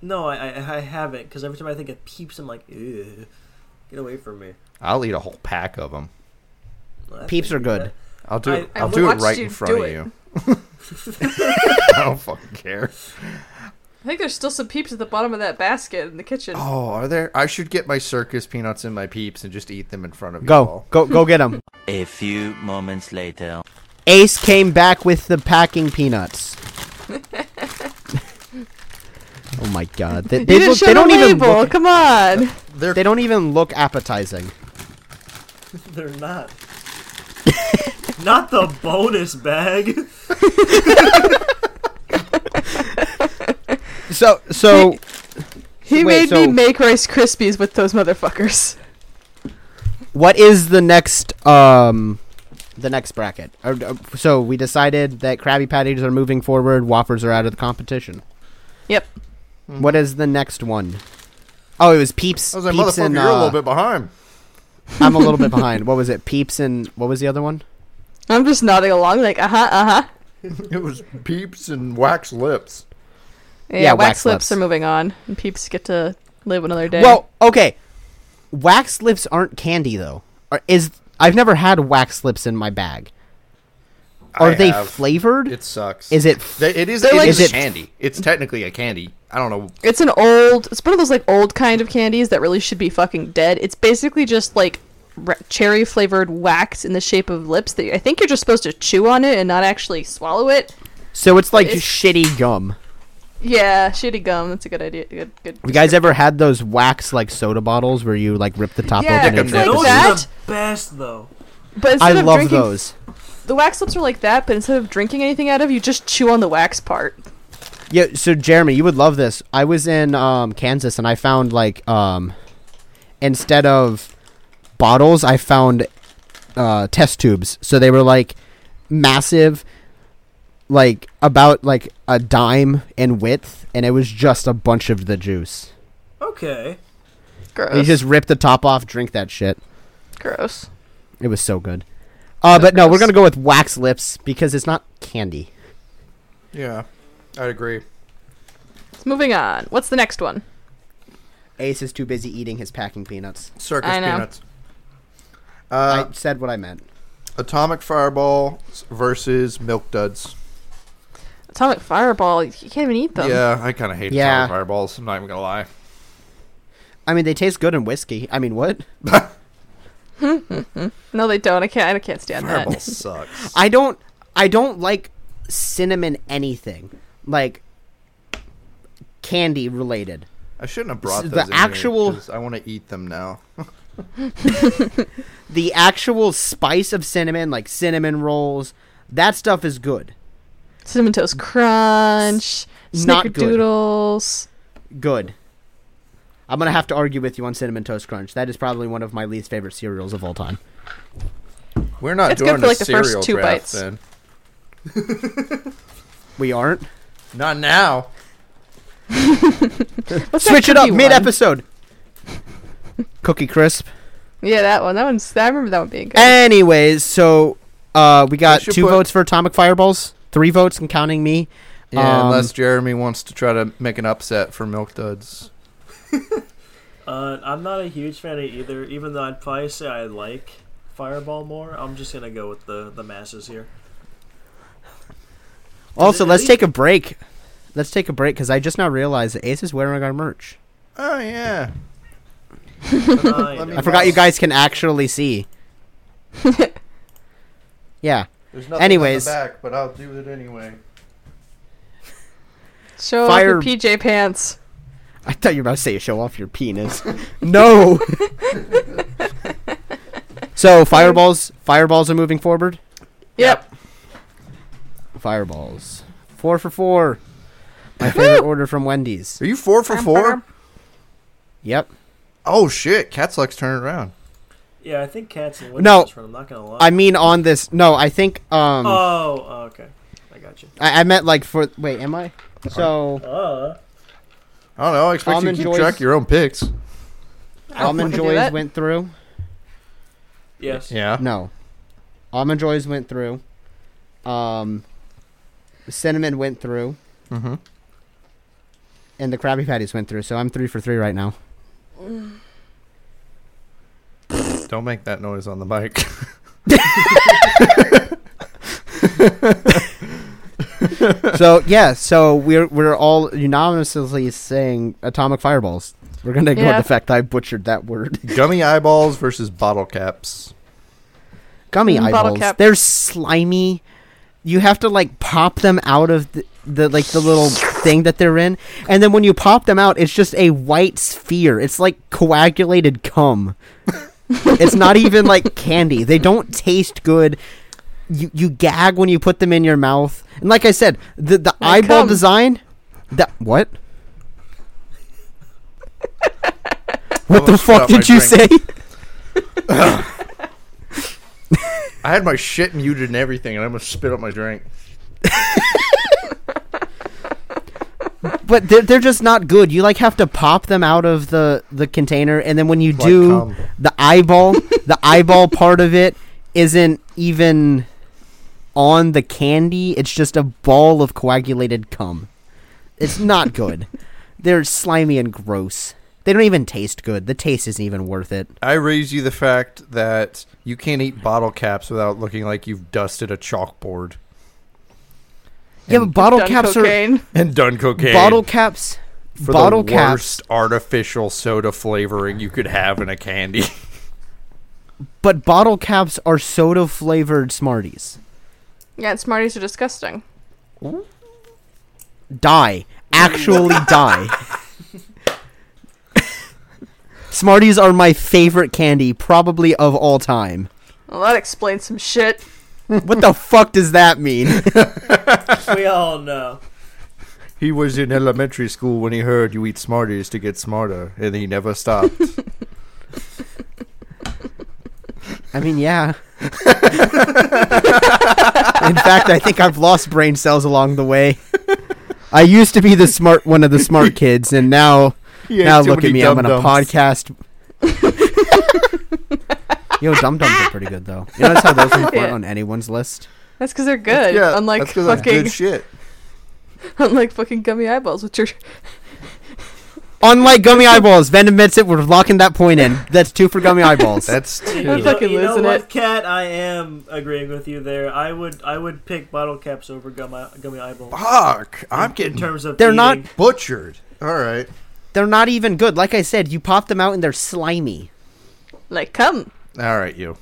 No, I I, I haven't because every time I think of peeps, I'm like, Ew, get away from me. I'll eat a whole pack of them. Well, that's Peeps what are you good. I'll do it. I- I I'll do it watched right you in front do of you. it. <laughs> <laughs> get. I don't fucking care. I think there's still some peeps at the bottom of that basket in the kitchen. Oh, are there? I should get my circus peanuts and my peeps and just eat them in front of you. Go, go, go get them. A few moments later. Ace came back with the packing peanuts. oh my god! They, they you didn't look- show they don't the even label. look, Uh, Come on. They're they don't even look appetizing. They're not. not the bonus bag. So so He Wait, made so- me make Rice Krispies with those motherfuckers. <laughs> what is the next um the next bracket? Or, uh, So we decided that Krabby Patties are moving forward. Whoppers are out of the competition. Yep. What is the next one? Oh, it was Peeps. I was like, Peeps motherfucker, and, you're a little uh, bit behind. <laughs> I'm a little bit behind. What was it? Peeps and what was the other one? I'm just nodding along, like, uh huh, uh huh. It was peeps and wax lips. Yeah, Yeah, wax wax, lips lips. are moving on, and peeps get to live another day. Well, okay. Wax lips aren't candy though. Or is I've never had wax lips in my bag. Are I they have. flavored? It sucks. Is it f- They, it is. They're it like- is Is it- candy. It's technically a candy. I don't know. It's an old. It's one of those like old kind of candies that really should be fucking dead. It's basically just like re- cherry flavored wax in the shape of lips that I think you're just supposed to chew on it and not actually swallow it. so it's like it's- shitty gum. Yeah, shitty gum. That's a good idea. Good, good. You guys ever had those wax like soda bottles where you like rip the top Yeah, open and it's drink like the Those juice? are that? the best though. But I instead of love drinking, those. the wax lips are like that. But instead of drinking anything out of, you just chew on the wax part. Yeah, so Jeremy, you would love this. I was in um, Kansas and I found like um, instead of bottles, I found uh, test tubes. So they were like massive, like about like a dime in width, and it was just a bunch of the juice. Okay. You Gross. just rip the top off, drink that shit. Gross. It was so good. Uh, but no, we're gross. gonna go with wax lips because it's not candy. Yeah, I agree. Moving on. What's the next one? Ace is too busy eating his packing peanuts. Circus I know. peanuts. Uh, I said what I meant. Atomic Fireball versus Milk Duds. Atomic Fireball. You can't even eat them. Yeah, I kind of hate Yeah. Atomic Fireballs. I'm not even gonna lie. I mean, they taste good in whiskey. I mean, what? No, they don't. I can't. I can't stand Fireball <laughs> that. sucks. I don't I don't like cinnamon anything like candy related. I shouldn't have brought The those. in here actual- 'cause I want to eat them now. <laughs> The actual spice of cinnamon, like cinnamon rolls, that stuff is good. Cinnamon Toast Crunch, Not good. Snickerdoodles. Good. I'm gonna have to argue with you on cinnamon toast crunch. That is probably one of my least favorite cereals of all time. We're not It's good doing for, a like, the cereal first two draft bites. then. We aren't. Not now. What's that Switch it up cookie mid one? episode. Cookie crisp. Yeah, that one. That one's. I remember that one being good. Anyways, so uh, we got should two put- votes for atomic fireballs, three votes, and counting me. Yeah, Um, unless Jeremy wants to try to make an upset for Milk Duds. Uh, I'm not a huge fan of either, even though I'd probably say I like Fireball more. I'm just gonna go with the the masses here. Also, it let's elite? take a break. Let's take a break because I just now realized that Ace is wearing our merch. Oh yeah. Uh, Let me- I forgot you guys can actually see. yeah. There's on the Anyways. back, but I'll do it anyway. Show Fire- off your PJ pants. I thought you were about to say show off your penis. no. so fireballs, fireballs are moving forward. Yep. Fireballs, four for four. My favorite order from Wendy's. Are you four for four? Yep. Oh shit! Catsluck's turning around. Yeah, I think cats and No. windows. No, I'm not gonna lie. I mean, on this. No, I think. Um, oh, oh, okay, I got you. I, I meant like for. Wait, am I? So Uh, I don't know. I expect you Almond to keep Joy's- track of your own picks. almond wanna do joys that. went through. yes. Yeah. No, almond joys went through. Um, cinnamon went through, Mm-hmm. and the Krabby Patties went through. So I'm three for three right now. Mm. Don't make that noise on the mic. <laughs> so yeah, so we're we're all unanimously saying atomic fireballs. We're gonna ignore Yeah. the fact I butchered that word. Gummy eyeballs versus bottle caps. Gummy Mm, bottle eyeballs. cap. They're slimy. You have to like pop them out of the, the like the little thing that they're in, and then when you pop them out, it's just a white sphere. It's like coagulated <laughs> cum. it's not even like candy. They don't taste good. You you gag when you put them in your mouth. And like I said, the the Like eyeball cum. design. That <laughs> what? what the Almost spit fuck out my did you drink. say? I had my shit muted and everything, and I almost spit out my drink. but they're, they're just not good. You like have to pop them out of the the container, and then when you Like do, cum. the eyeball, <laughs> the eyeball part of it isn't even on the candy. It's just a ball of coagulated cum. It's <laughs> not good. they're slimy and gross. They don't even taste good. The taste isn't even worth it. I raise you the fact that you can't eat bottle caps without looking like you've dusted a chalkboard Yeah, but bottle Done caps cocaine. and done cocaine. are bottle caps. for bottle the caps, worst artificial soda flavoring you could have in a candy. but bottle caps are soda flavored Smarties. Yeah, and Smarties are disgusting. die. <laughs> Actually die. Smarties are my favorite candy, probably of all time. Well, that explains some shit. What the fuck does that mean? we <laughs> all know. he was in elementary school when he heard you eat Smarties to get smarter, and he never stopped. I mean, yeah. In fact, I think I've lost brain cells along the way. I used to be the smart one of the smart kids, and now <laughs> He ate now too look at many me. I'm on a Dum-Dums. podcast. Yo, dum dums are pretty good though. You notice how those ones weren't Yeah. on anyone's list? That's because they're good. unlike that's 'cause that's fucking, good shit. unlike fucking gummy eyeballs, which are Unlike gummy eyeballs, Venom admits it. We're locking that point in. That's two for gummy <laughs> eyeballs. That's You I'm know, fucking you know losing what, it. Cat? I am agreeing with you there. I would, I would pick bottle caps over gummy, gummy eyeballs. fuck. I'm in getting terms of They're not- <laughs> eating. butchered. All right. they're not even good. Like I said, you pop them out and they're slimy. like come. All right, <laughs> you.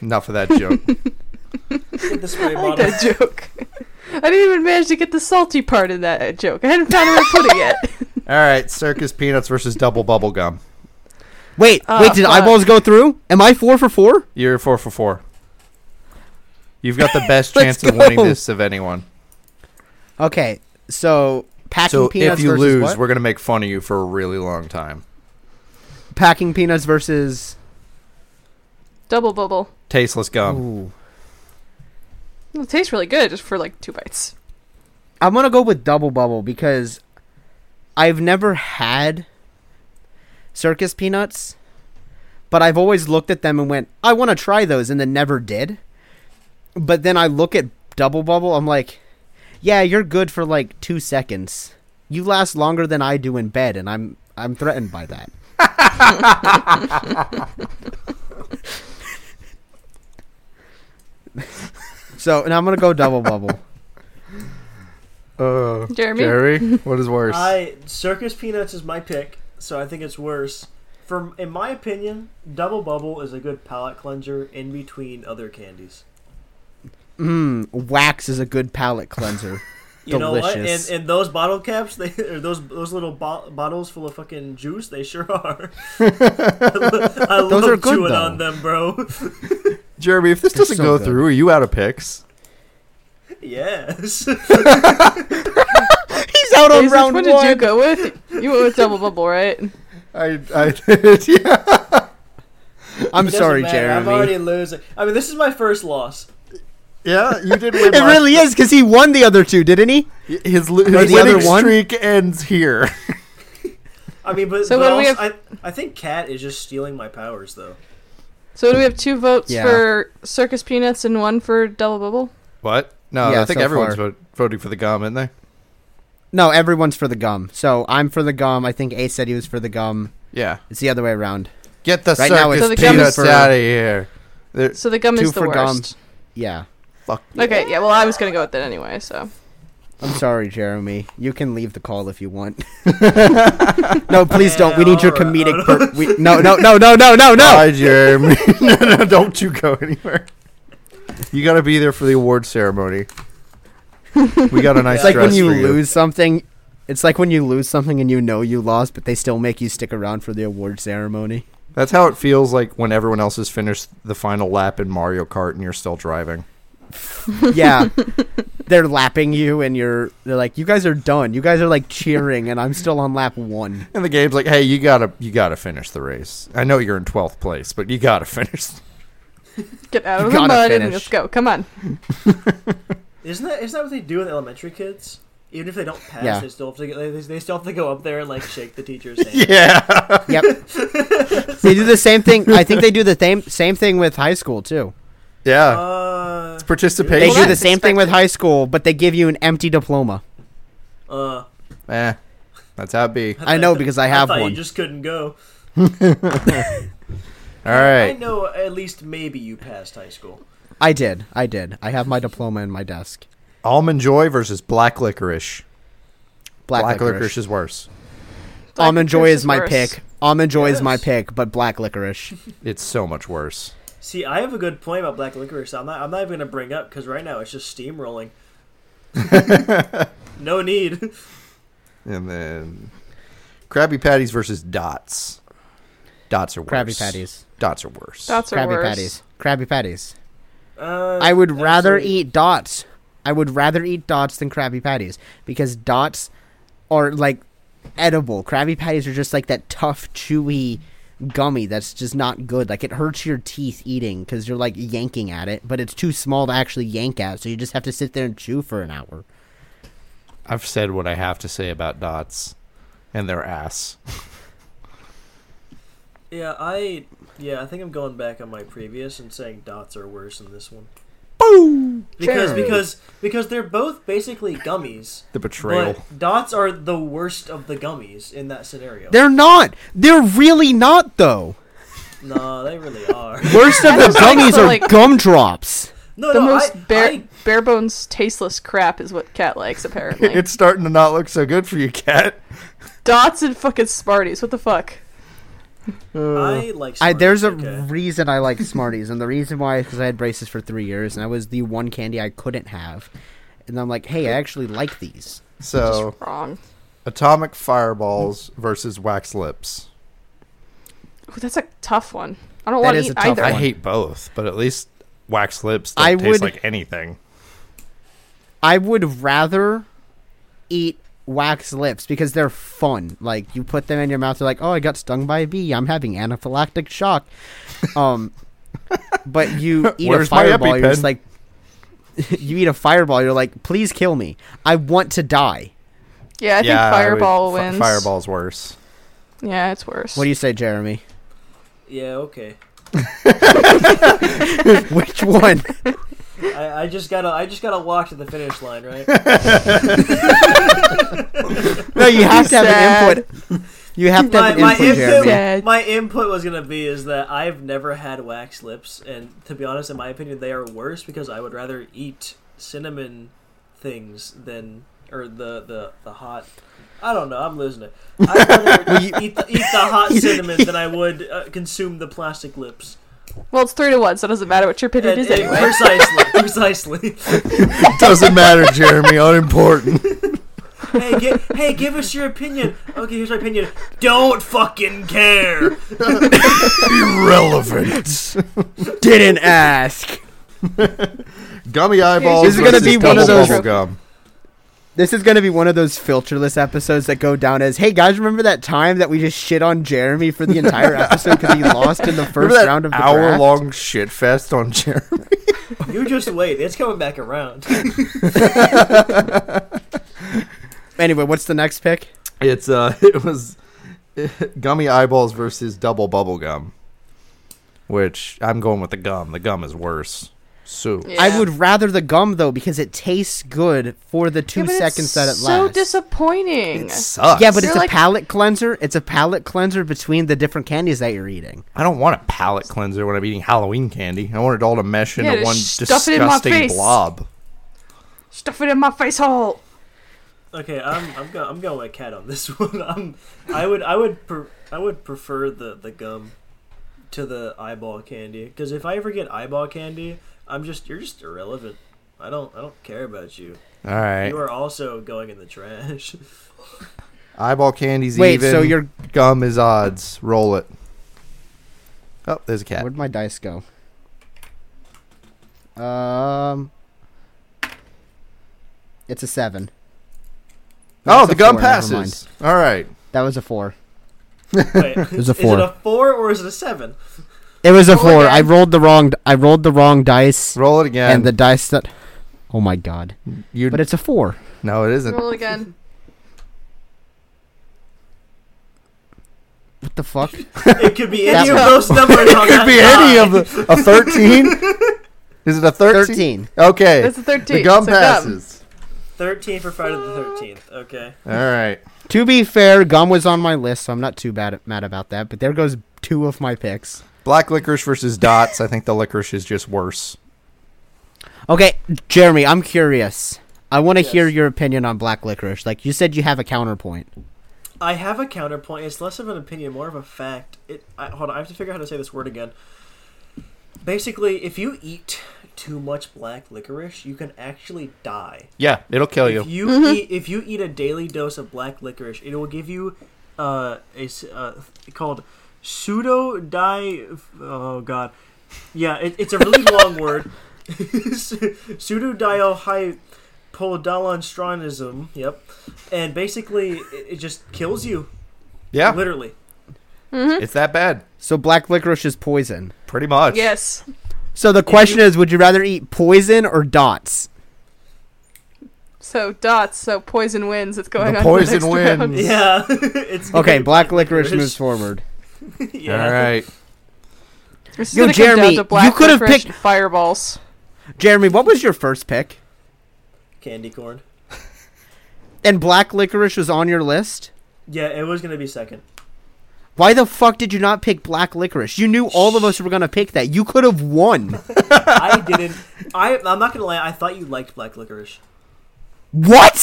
Enough of that joke. Get the spray I like bottle. that joke. <laughs> I didn't even manage to get the salty part in that uh, joke. I hadn't found where to put <laughs> it yet. All right, circus peanuts versus double bubble gum. Wait, Ah, wait, did fuck. eyeballs go through? Am I four for four? You're four for four. You've got the best <laughs> Let's chance of winning go. this of anyone. Okay, so packing So peanuts if you versus lose, what? we're gonna make fun of you for a really long time. packing peanuts versus. Double bubble. Tasteless gum. Ooh. Well, It tastes really good, just for like two bites. I'm gonna go with double bubble because I've never had circus peanuts, but I've always looked at them and went, I want to try those, and then never did. But then I look at double bubble, I'm like, yeah, you're good for like two seconds. You last longer than I do in bed, and I'm I'm threatened by that. so, and I'm gonna go double bubble. Uh, Jeremy? <laughs> Jerry, what is worse? I circus peanuts is my pick, so I think it's worse. From in my opinion, double bubble is a good palate cleanser in between other candies. Mmm, wax is a good palate cleanser. You know what? And, Delicious. and those bottle caps, <laughs> they or those those little bo- bottles full of fucking juice, they sure <laughs> are. <laughs> I love Those are good, chewing though. on them, bro. <laughs> Jeremy, if this They're doesn't so go good. through, are you out of picks? yes. <laughs> <laughs> He's out on Ace, round which one, one. did you go with? You went with double bubble, right? I, I <laughs> did, yeah. I'm It doesn't sorry, matter. Jeremy. I'm already losing. I mean, this is my first loss. Yeah, you did win. <laughs> It last- really is because he won the other two, didn't he? his, lo- his the other winning one? streak ends here. I mean, but, So but what do we also- I, I think Cat is just stealing my powers, though. So do we have two votes Yeah. for circus peanuts and one for double bubble? What? No, Yeah, I think so everyone's far. vo- voting for the gum, isn't they? No, everyone's for the gum. So I'm for the gum. I think Ace said he was for the gum. Yeah. It's the other way around. Get the Right now circus it's So the gum peanuts is for- out of here. They're, So the gum Two is the for gum. worst. Yeah. fuck. Okay, yeah. Well, I was gonna go with it anyway. So I'm sorry, Jeremy. You can leave the call if you want. <laughs> no, please don't. We need your Yeah, all right. comedic. Per- we- no, no, no, no, no, no, no. <laughs> Bye, Jeremy. <laughs> no, no, don't you go anywhere. You got to be there for the <laughs> award ceremony. We got a nice It's like when dress you for lose something. It's like when you lose something and you know you lost, but they still make you stick around for the award ceremony. That's how it feels like when everyone else has finished the final lap in Mario Kart and you're still driving. Yeah, they're lapping you, and you're. They're like, "You guys are done. You guys are like cheering, and I'm still on lap one." And the game's like, "Hey, you got to you got to finish the race. I know you're in 12th place, but you got to <laughs> finish." get out You of the gotta mud and finish. let's go. Come on. Isn't that isn't that what they do with elementary kids? Even if they don't pass, Yeah. they still have to they, they still have to go up there and like shake <laughs> the teacher's hand. yeah. <laughs> Yep. they do the same thing. I think they do the same same thing with high school too. Yeah. Uh, They Participation. do the that's same thing with expected. high school, but they give you an empty diploma. uh, eh. That's how it be. I know because I have thought one. You just couldn't go. All right. I know at least maybe you passed high school. I did. I did. I have my diploma in my desk. Almond Joy versus Black Licorice. Black, licorice. is worse. Black Almond Joy licorice is my worse. pick. Almond Joy is my Yes. pick, but black licorice. It's so much worse. See, I have a good point about black licorice. I'm not I'm not even gonna bring up because right now it's just <laughs> steamrolling. no need. <laughs> And then Krabby Patties versus Dots. Dots are worse. Krabby Patties. Dots are worse. That's our Krabby worst. Patties. Krabby Patties. Uh, I would rather actually- eat dots. I would rather eat dots than Krabby Patties because dots are like edible. Krabby Patties are just like that tough, chewy gummy that's just not good. Like it hurts your teeth eating because you're like yanking at it, but it's too small to actually yank at. So you just have to sit there and chew for an hour. I've said what I have to say about Dots and their ass. Yeah, I yeah, I think I'm going back on my previous and saying dots are worse in this one. Boom! Because Jeremy. because because they're both basically gummies. The betrayal. But dots are the worst of the gummies in that scenario. They're not. They're really not though. no, they really are. Worst <laughs> of the just like gummies the, are like- gumdrops. No, The no, most I, bare I- bare bones tasteless crap is what Cat <laughs> likes apparently. <laughs> it's starting to not look so good for you, Cat. Dots and fucking Smarties. What the fuck? I I, like. Smarties, there's a okay. reason I <laughs> like Smarties, and the reason why is because I had braces for three years, and I was the one candy I couldn't have. And I'm like, hey, I actually like these. Oh. So, Wrong. Atomic Fireballs versus Wax Lips. Ooh, that's a tough one. I don't That want to is eat a tough either. one. I hate both, but at least Wax Lips don't I taste would- like anything. I would rather eat wax lips because they're fun. Like you put them in your mouth, you're like, oh, I got stung by a bee. I'm having anaphylactic shock. <laughs> Um, but you eat a Where's my fireball, you're just EpiPen? like, <laughs> you eat a fireball, you're like, please kill me. I want to die. Yeah, I think I would- Fireball fi- wins. Fireball's worse. Yeah, it's worse. What do you say, <laughs> Jeremy? Yeah, okay. Which one? I, I just gotta I just gotta walk to the finish line, right? No, you have to have Sad. an input. <laughs> You have to my, have an my input, input Jeremy. Jeremy. my input was gonna be is that I've never had wax lips, and to be honest, in my opinion, they are worse because I would rather eat cinnamon things than or the the the hot. I don't know. I'm losing it. I'd <laughs> rather eat, the, eat the hot cinnamon than I would uh, consume the plastic lips. Well, it's three to one, so it doesn't matter what your opinion And- is and anyway. Precisely, precisely. Doesn't matter, Jeremy. <laughs> Unimportant. hey, gi- hey, give us your opinion. Okay, here's my opinion. Don't fucking care. Irrelevant. Didn't ask. Gummy eyeballs. Is it gonna versus be one double of those- bubble gum? This is going to be one of those filterless episodes that go down as, "Hey guys, remember that time that we just shit on Jeremy for the <laughs> entire episode because he lost in the Remember first that round of the hour draft?" long shit fest on Jeremy? You just wait. It's coming back around. Anyway, what's the next pick? <laughs> It's uh, <laughs> it was gummy eyeballs versus double bubble gum, which I'm going with the gum. The gum is worse. So Yeah. I would rather the gum though because it tastes good for the two Yeah, but it's seconds that it So lasts. disappointing. it sucks. yeah, but You're it's a like- palate cleanser. It's a palate cleanser between the different candies that you're eating. I don't want a palate cleanser when I'm eating Halloween candy. I want it all to mesh into Yeah, just one stuff it in my disgusting face. blob. Stuff it in my face hole. Okay, I'm I'm going I'm going with cat on this <laughs> one. I'm I would I would per, I would prefer the the gum to the eyeball candy because if I ever get eyeball candy, I'm just you're just irrelevant. I don't I don't care about you. All right, You are also going in <laughs> the trash. <laughs> eyeball candy's Wait, even. so you're gum is odds. Roll it. Oh, there's a cat. where'd my dice go? Um, it's a seven. oh, That's the a gum four, never mind. passes. All right. That was a four. Wait, was a Is four. it a four or is it <laughs> a seven? It was a Roll four. again. I rolled the wrong. I rolled the wrong dice, Roll it again. and the dice that. Oh my god! you But it's a four. no, it isn't. Roll again. What the fuck? It could be any That of one. those numbers. <laughs> it could be any of the a thirteen. Is it a thirteen? Thirteen. Okay, That's the thirteen. the gum so passes. thirteen for Friday the Thirteenth. Okay, All right, To be fair, gum was on my list, so I'm not too bad mad about that. But there goes two of my picks. black licorice versus dots. I think the licorice is just worse. Okay, Jeremy, I'm curious. I want to Yes. hear your opinion on black licorice. Like you said, you have a counterpoint. I have a counterpoint. It's less of an opinion, more of a fact. It I, hold on, I have to figure out how to say this word again. Basically, if you eat too much black licorice, you can actually die. Oh, Yeah, it'll kill If you eat if you eat a daily dose of black licorice, it will give you uh, a s- uh, called pseudo di. Oh god, yeah, it, it's a really long word. <laughs> Pseudodiohypodalanstranism. Yep, and basically it, it just kills you. Yeah, Literally. it's that bad. So black licorice is poison. Pretty much. dumb. Yes. So the question is, would you rather eat poison or dots? So dots. So poison wins. It's going The on. poison to the next round. wins. Yeah. <laughs> it's Mm. Okay, good. black licorice moves forward. <laughs> yeah. All right. This is Yo, gonna come down Jeremy, to black you could have licorice picked- and fireballs. Jeremy, what was your first pick? Candy corn. And black licorice was on your list. Yeah, it was gonna <laughs> be second. Why the fuck did you not pick black licorice? You knew all of us were gonna pick that. You could have won. I didn't. I I'm not gonna lie. I thought you liked black licorice. What?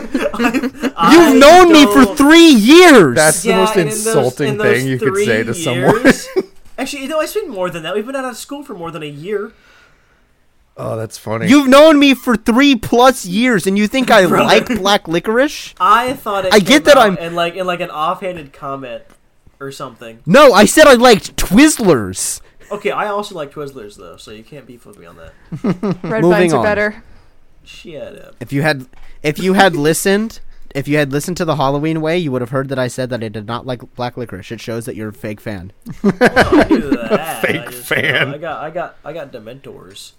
I You've known me for don't- three years. That's the most and in those- insulting in those thing you could say to three someone. years- <laughs> Actually, you know, it's been more than that. We've been out of school for more than a year. Oh, that's funny. You've known me for three plus years, and you think I Brother. like black licorice? I thought it I get came that out I'm- in like in like an offhanded comment or something. No, I said I liked Twizzlers. Okay, I also like Twizzlers though, so you can't be flipping on that. Red Moving vines on. are better. Shut up. If you had, if you had listened, if you had listened to the Halloween way, you would have heard that I said that I did not like black licorice. It shows that you're a fake fan. I knew that. Fake I just- fan. I got I got I got Dementors.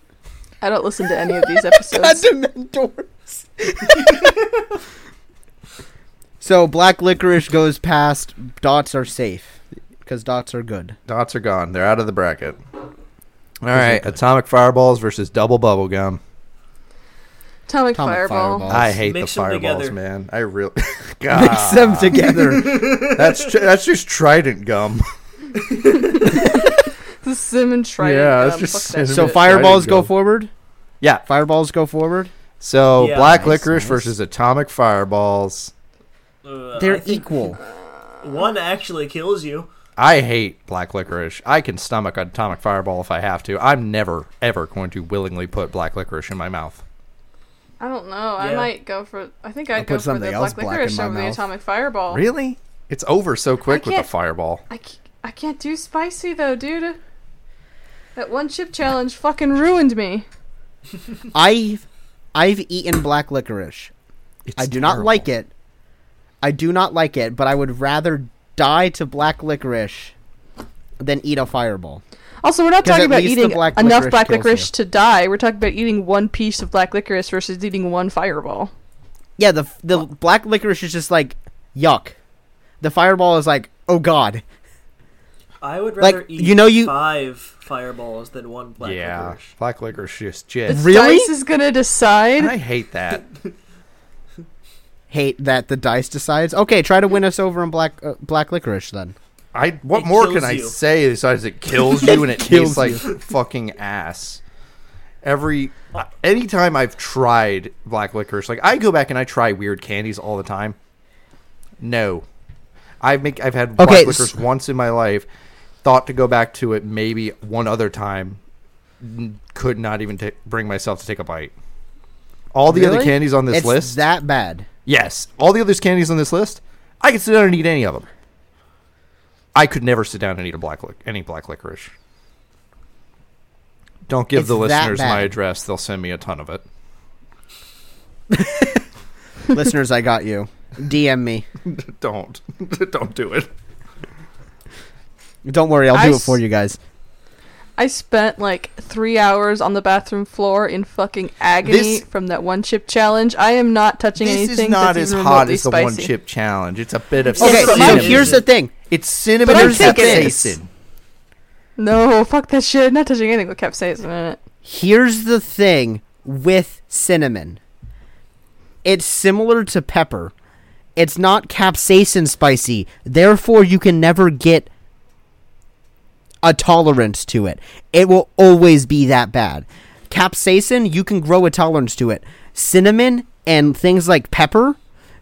I don't listen to any of these <laughs> episodes. Dementors. <laughs> so black licorice goes past. Dots are safe because dots are good. Dots are gone. They're out of the bracket. All right, atomic fireballs versus double bubble gum. Atomic, Atomic fireball. Fireball. I hate Mix the 'em fireballs, together. man. I <laughs> really <laughs> Mix God. them <laughs> together. That's tr- that's just Trident gum. <laughs> The cinnamon trident. Yeah, that's um, just fuck that cinnamon- so shit. fire- fireballs go. go forward. Yeah. Fireballs go forward. So Yeah. black Nice, licorice nice. versus atomic fireballs. Uh, I They're think equal. One actually kills you. I hate black licorice. I can stomach an atomic fireball if I have to. I'm never ever going to willingly put black licorice in my mouth. I don't know. I Yeah. might go for. I think I'd I'll put go for the something else black black in licorice my over the mouth. atomic fireball. Really? It's over so quick with the can't- fireball. I, c- I can't do spicy though, dude. That one chip challenge fucking ruined me. I've I've eaten black licorice. It's I do not like it. I do not like it, but I would rather die to black licorice than eat a fireball. Also, we're not 'Cause talking at about least the eating black enough licorice black kills licorice to die. We're talking about eating one piece of black licorice versus eating one fireball. Yeah, the the black licorice is just like yuck. The fireball is like oh god. I would Like, rather eat you know you- five fireballs than one black yeah, licorice. black licorice just The jizz. Really? dice is gonna decide. I hate that. Hate that the dice decides. Okay, try to win us over on black uh, black licorice then. I what It more kills can I you. say besides it kills you and it kills tastes like fucking ass. Every anytime I've tried black licorice, like I go back and I try weird candies all the time. No, I make I've had Okay, black s- licorice once in my life. Thought to go back to it maybe one other time. N- Could not even ta bring myself to take a bite. All the other Really? candies on this it's list, that bad. Yes, all the other candies on this list, I could sit down and eat any of them. I could never sit down and eat a black lic- any black licorice. Don't give It's the that listeners my bad. address; they'll send me a ton of it. Listeners, I got <laughs> you. DM me. <laughs> Don't, <laughs> don't do it. Don't worry, I'll I do it s- for you guys. I spent like three hours on the bathroom floor in fucking agony This- from that one chip challenge. I am not touching This anything is not that's as even hot remotely as the spicy. one chip challenge. It's a bit of Okay, Okay, so so cinnamon. here's the thing. it's cinnamon But I and think it is. capsaicin. No, fuck that shit. Not touching anything with capsaicin in it. Here's the thing with cinnamon. It's similar to pepper. It's not capsaicin spicy. Therefore, you can never get a tolerance to it. It will always be that bad. Capsaicin, you can grow a tolerance to it. Cinnamon and things like pepper,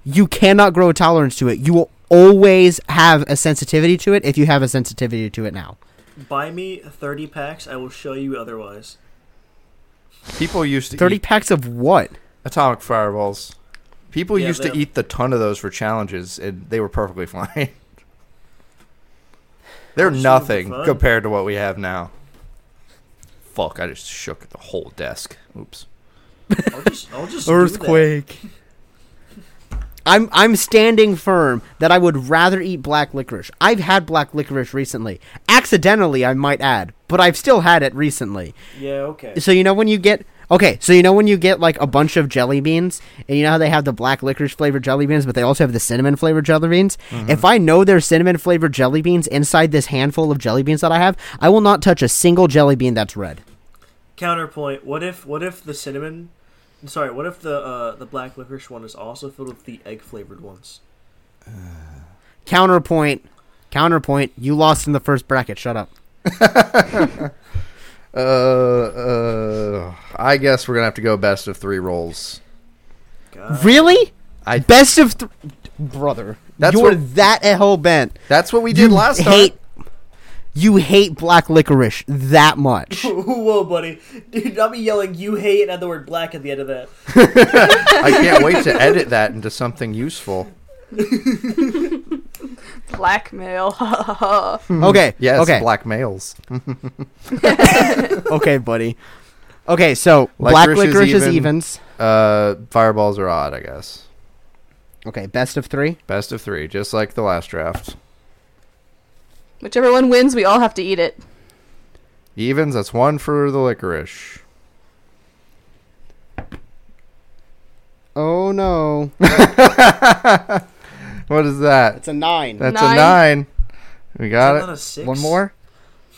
you cannot grow a tolerance to it. You will always have a sensitivity to it if you have a sensitivity to it now. Buy me 30 packs, I will show you otherwise. People used to Thirty eat packs of what? atomic fireballs. People Yeah, used to they- eat the ton of those for challenges, and they were perfectly <laughs> fine. They're Sure, nothing fun. compared to what we have now. Fuck! I just shook the whole desk. Oops. I'll just, I'll just do that. Earthquake. <laughs> I'm I'm standing firm that I would rather eat black licorice. I've had black licorice recently, accidentally, I might add, but I've still had it recently. Yeah, okay. So you know when you get okay, so you know when you get like a bunch of jelly beans, and you know how they have the black licorice flavored jelly beans, but they also have the cinnamon flavored jelly beans. If I know there's cinnamon flavored jelly beans inside this handful of jelly beans that I have, I will not touch a single jelly bean that's red. Counterpoint: What if what if the cinnamon? I'm sorry. What if the uh, the black licorice one is also filled with the egg flavored ones? Counterpoint, counterpoint. You lost in the first bracket. Shut up. Uh, uh, I guess we're gonna have to go best of three rolls. God. <laughs> Really? I- best of th- brother. That's you're what- that hell bent. That's what we did last hate, time. You hate black licorice that <laughs> much. Whoa, buddy! Dude, I'll be yelling. You hate and add the word black at the end of that. I can't wait to edit that into something useful. Blackmail. <laughs> Ha ha ha. <laughs> okay. Yes, Okay. black males. okay, buddy. Okay, so black Licorice is licorice is, even. evens. Uh, fireballs are odd, I guess. Okay, best of three. Best of three, just like the last draft. Whichever one wins, we all have to eat it. Evens, that's one for the licorice. Oh no, What is that? it's a nine. That's a Nine. nine. We got Isn't that it. a six? One more.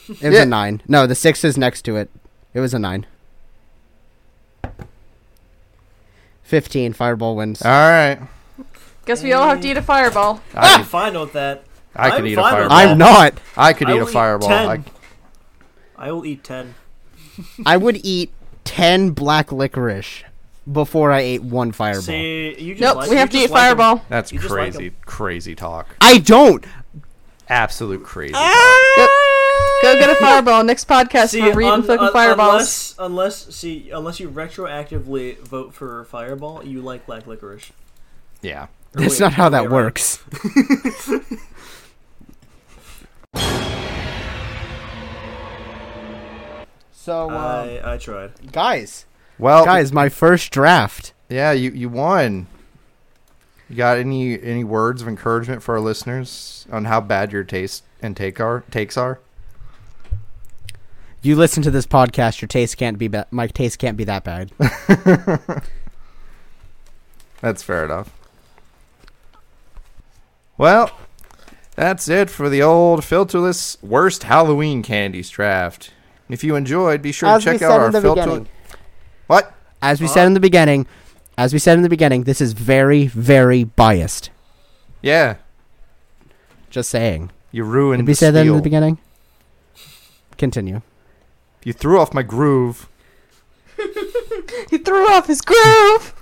It was Yeah. a nine. No, the six is next to it. It was a nine. Fifteen. Fireball wins. All right. Guess we all have to eat a fireball. I Ah! I'm could, fine with that. I could I'm eat a fine with fireball. that. I'm not. I could I eat a will eat fireball. 10. I, I will eat ten. I would eat ten black licorice before I ate one fireball. See, you just Nope, like- we you have to just eat like 'em. Fireball. That's You just like crazy, crazy talk. I don't. Absolute crazy. talk. Go <laughs> get a Fireball. Next podcast, See, we're reading un- fucking un- Fireballs. Unless, unless, see, unless you retroactively vote for Fireball, you like black licorice. Yeah. Or That's wait, not how other way that around. <laughs> works. um, so, uh, I, I tried. guys, Well, Oh. guys, my first draft. yeah, you you won. You got any any words of encouragement for our listeners on how bad your taste and take are takes are? You listen to this podcast, your taste can't be ba- my taste can't be that bad. That's fair enough. Well, that's it for the old filterless worst Halloween candies draft. If you enjoyed, be sure As to we check said out our in the filter. beginning, What? As we said in the beginning, as we said in the beginning, this is very, very biased. Yeah, Just saying. you ruined. Did we the say that in the spiel. beginning? <laughs> Continue. You threw off my groove. <laughs> he threw off his groove.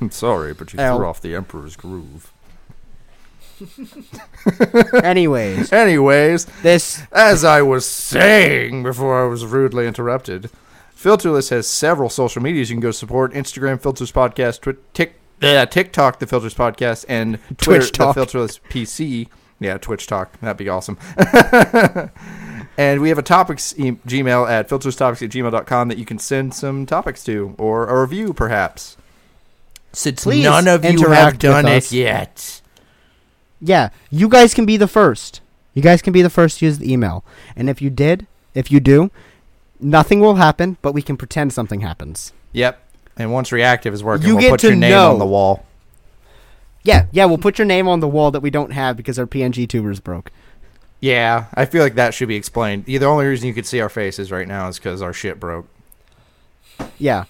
I'm sorry, but you Ow. threw off the emperor's groove. Anyways, Anyways, this As I was saying before I was rudely interrupted, Filterless has several social medias you can go support Instagram, Filters Podcast, Twi- Tik- uh, TikTok, The Filters Podcast, and Twitter, <laughs> Twitch Talk. The Filterless PC. Yeah, Twitch Talk. That'd be awesome. <laughs> and we have a topics e- Gmail at filterstopics at gmail.com that you can send some topics to or a review, perhaps. Since none of you have done it yet. Yeah, you guys can be the first. You guys can be the first to use the email. And if you did, if you do, nothing will happen, but we can pretend something happens. Yep. And once reactive is working, You we'll get put to your name know. on the wall. Yeah, yeah, we'll put your name on the wall that we don't have because our PNG tubers broke. Yeah, I feel like that should be explained. The only reason you could see our faces right now is because our shit broke. Yeah.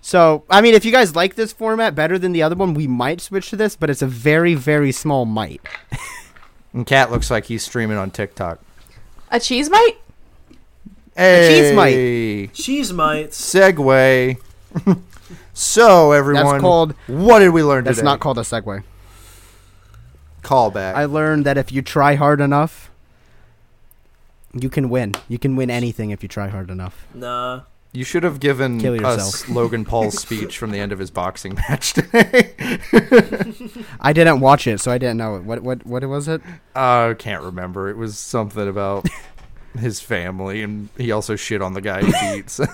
So, I mean, if you guys like this format better than the other one, we might switch to this, but it's a very, very small might. And Cat looks like he's streaming on TikTok. A cheese mite? Hey, cheese Cheese mites. <laughs> Segue. <laughs> so everyone, That's called. what did we learn That's today? not called a segue. callback. I learned that if you try hard enough, you can win. You can win anything if you try hard enough. Nah. you should have given Kill us yourself. <laughs> Logan Paul's speech from the end of his boxing match <laughs> today. I didn't watch it, so I didn't know it. What what what was it? Uh, I can't remember. It was something <laughs> about his family, and he also shit on the guy <laughs> he beats. <laughs>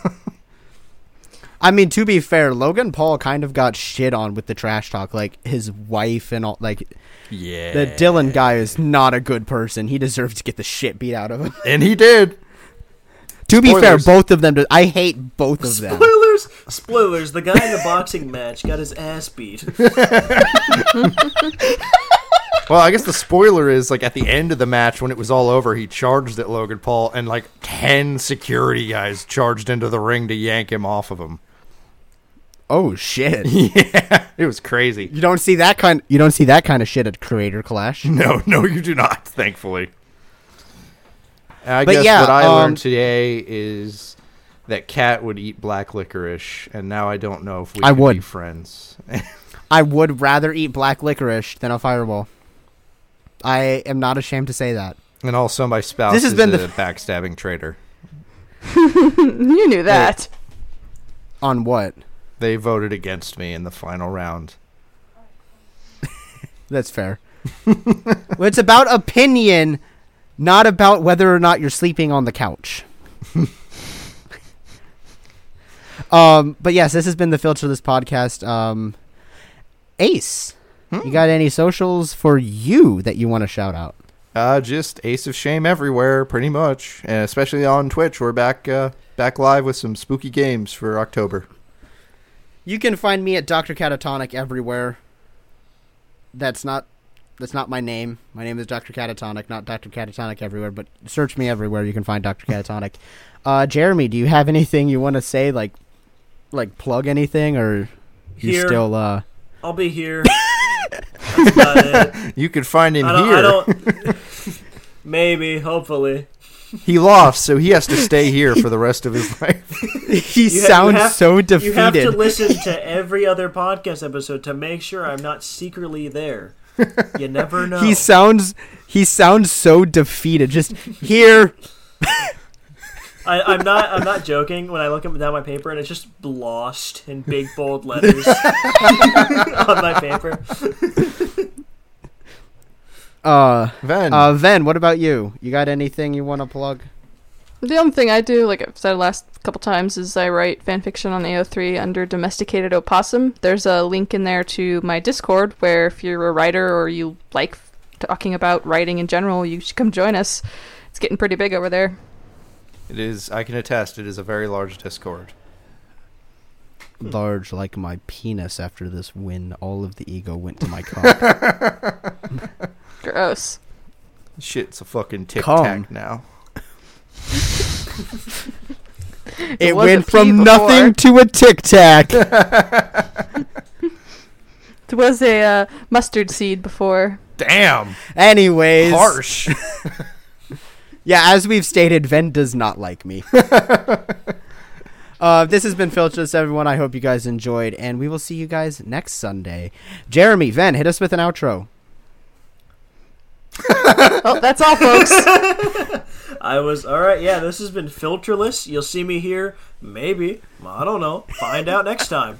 I mean, to be fair, Logan Paul kind of got shit on with the trash talk, like his wife and all. Like yeah, the Dylan guy is not a good person. He deserves to get the shit beat out <laughs> of him. and he did. to be fair, Spoilers. both of them. do- I hate both of them. Spoilers! Spoilers! The guy in the boxing match got his <laughs> ass beat. Well, I guess the spoiler is like at the end of the match when it was all over, he charged at Logan Paul, and like ten security guys charged into the ring to yank him off <laughs> of him. Oh shit! Yeah, it was crazy. You don't see that kind. You don't see that kind of shit at Creator Clash. No, no, you do not. Thankfully, I But guess yeah, what I um, learned today is that Cat would eat black licorice, and now I don't know if we I could be would. friends. I would rather eat black licorice than a fireball. I am not ashamed to say that. and also, my spouse This has is been a the- backstabbing traitor. Mm, You knew that. On what? They voted against me in the final round. That's fair. well, it's about opinion, not about whether or not you're sleeping on the couch. um, but yes, this has been the filterless podcast. Um, Ace, you got any socials for you that you want to shout out? Uh, just Ace of Shame everywhere, pretty much, and especially on Twitch. We're back, uh, back live with some spooky games for October. You can find me at Doctor Catatonic everywhere. That's not that's not my name. My name is Doctor Catatonic, not Doctor Catatonic everywhere. But search me everywhere. You can find Doctor Catatonic. Uh, Jeremy, do you have anything you want to say? Like, like plug anything, or you Here. still? Uh, <laughs> I'll be here. That's about it. You could find him I don't. <laughs> here. I don't Maybe, hopefully. He lost, so he has to stay here for the rest of his <laughs> life. <laughs> he <laughs> You ha- you sounds have- so You have to defeated. listen to every other podcast episode to make sure I'm not secretly there. You never know. He sounds he sounds so defeated. <laughs> Just here, I, I'm not. I'm not joking. When I look up down my paper and it's just lost in big bold letters <laughs> on my paper. uh, Ven, uh, Ven. What about you? You got anything you want to plug? The only thing I do, like I've said last couple times, is I write fanfiction on AO3 under Domesticated Opossum. There's a link in there to my Discord where if you're a writer or you like talking about writing in general, you should come join us. It's getting pretty big over there. It is. I can attest. It is a very large <laughs> Discord. Hmm. Large like my penis. After this win, all of the ego went to <laughs> my cock. Gross. Shit's a fucking tic Come. tac now. it wasn't went from pee nothing to a tic <laughs> tac. There was a uh, mustard seed before. <laughs> Damn. Anyways, Harsh. Yeah, as we've stated, Ven does not like <laughs> me. uh, this has been Filchless, everyone. I hope you guys enjoyed, and we will see you guys next Sunday. Jeremy, Ven, hit us with an outro. <laughs> Oh, that's all, folks. I was all right. Yeah, this has been filterless. You'll see me here. Maybe. I don't know. Find out next time.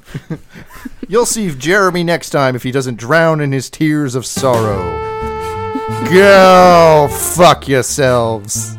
<laughs> you'll see Jeremy next time if he doesn't drown in his tears of sorrow. Go fuck yourselves.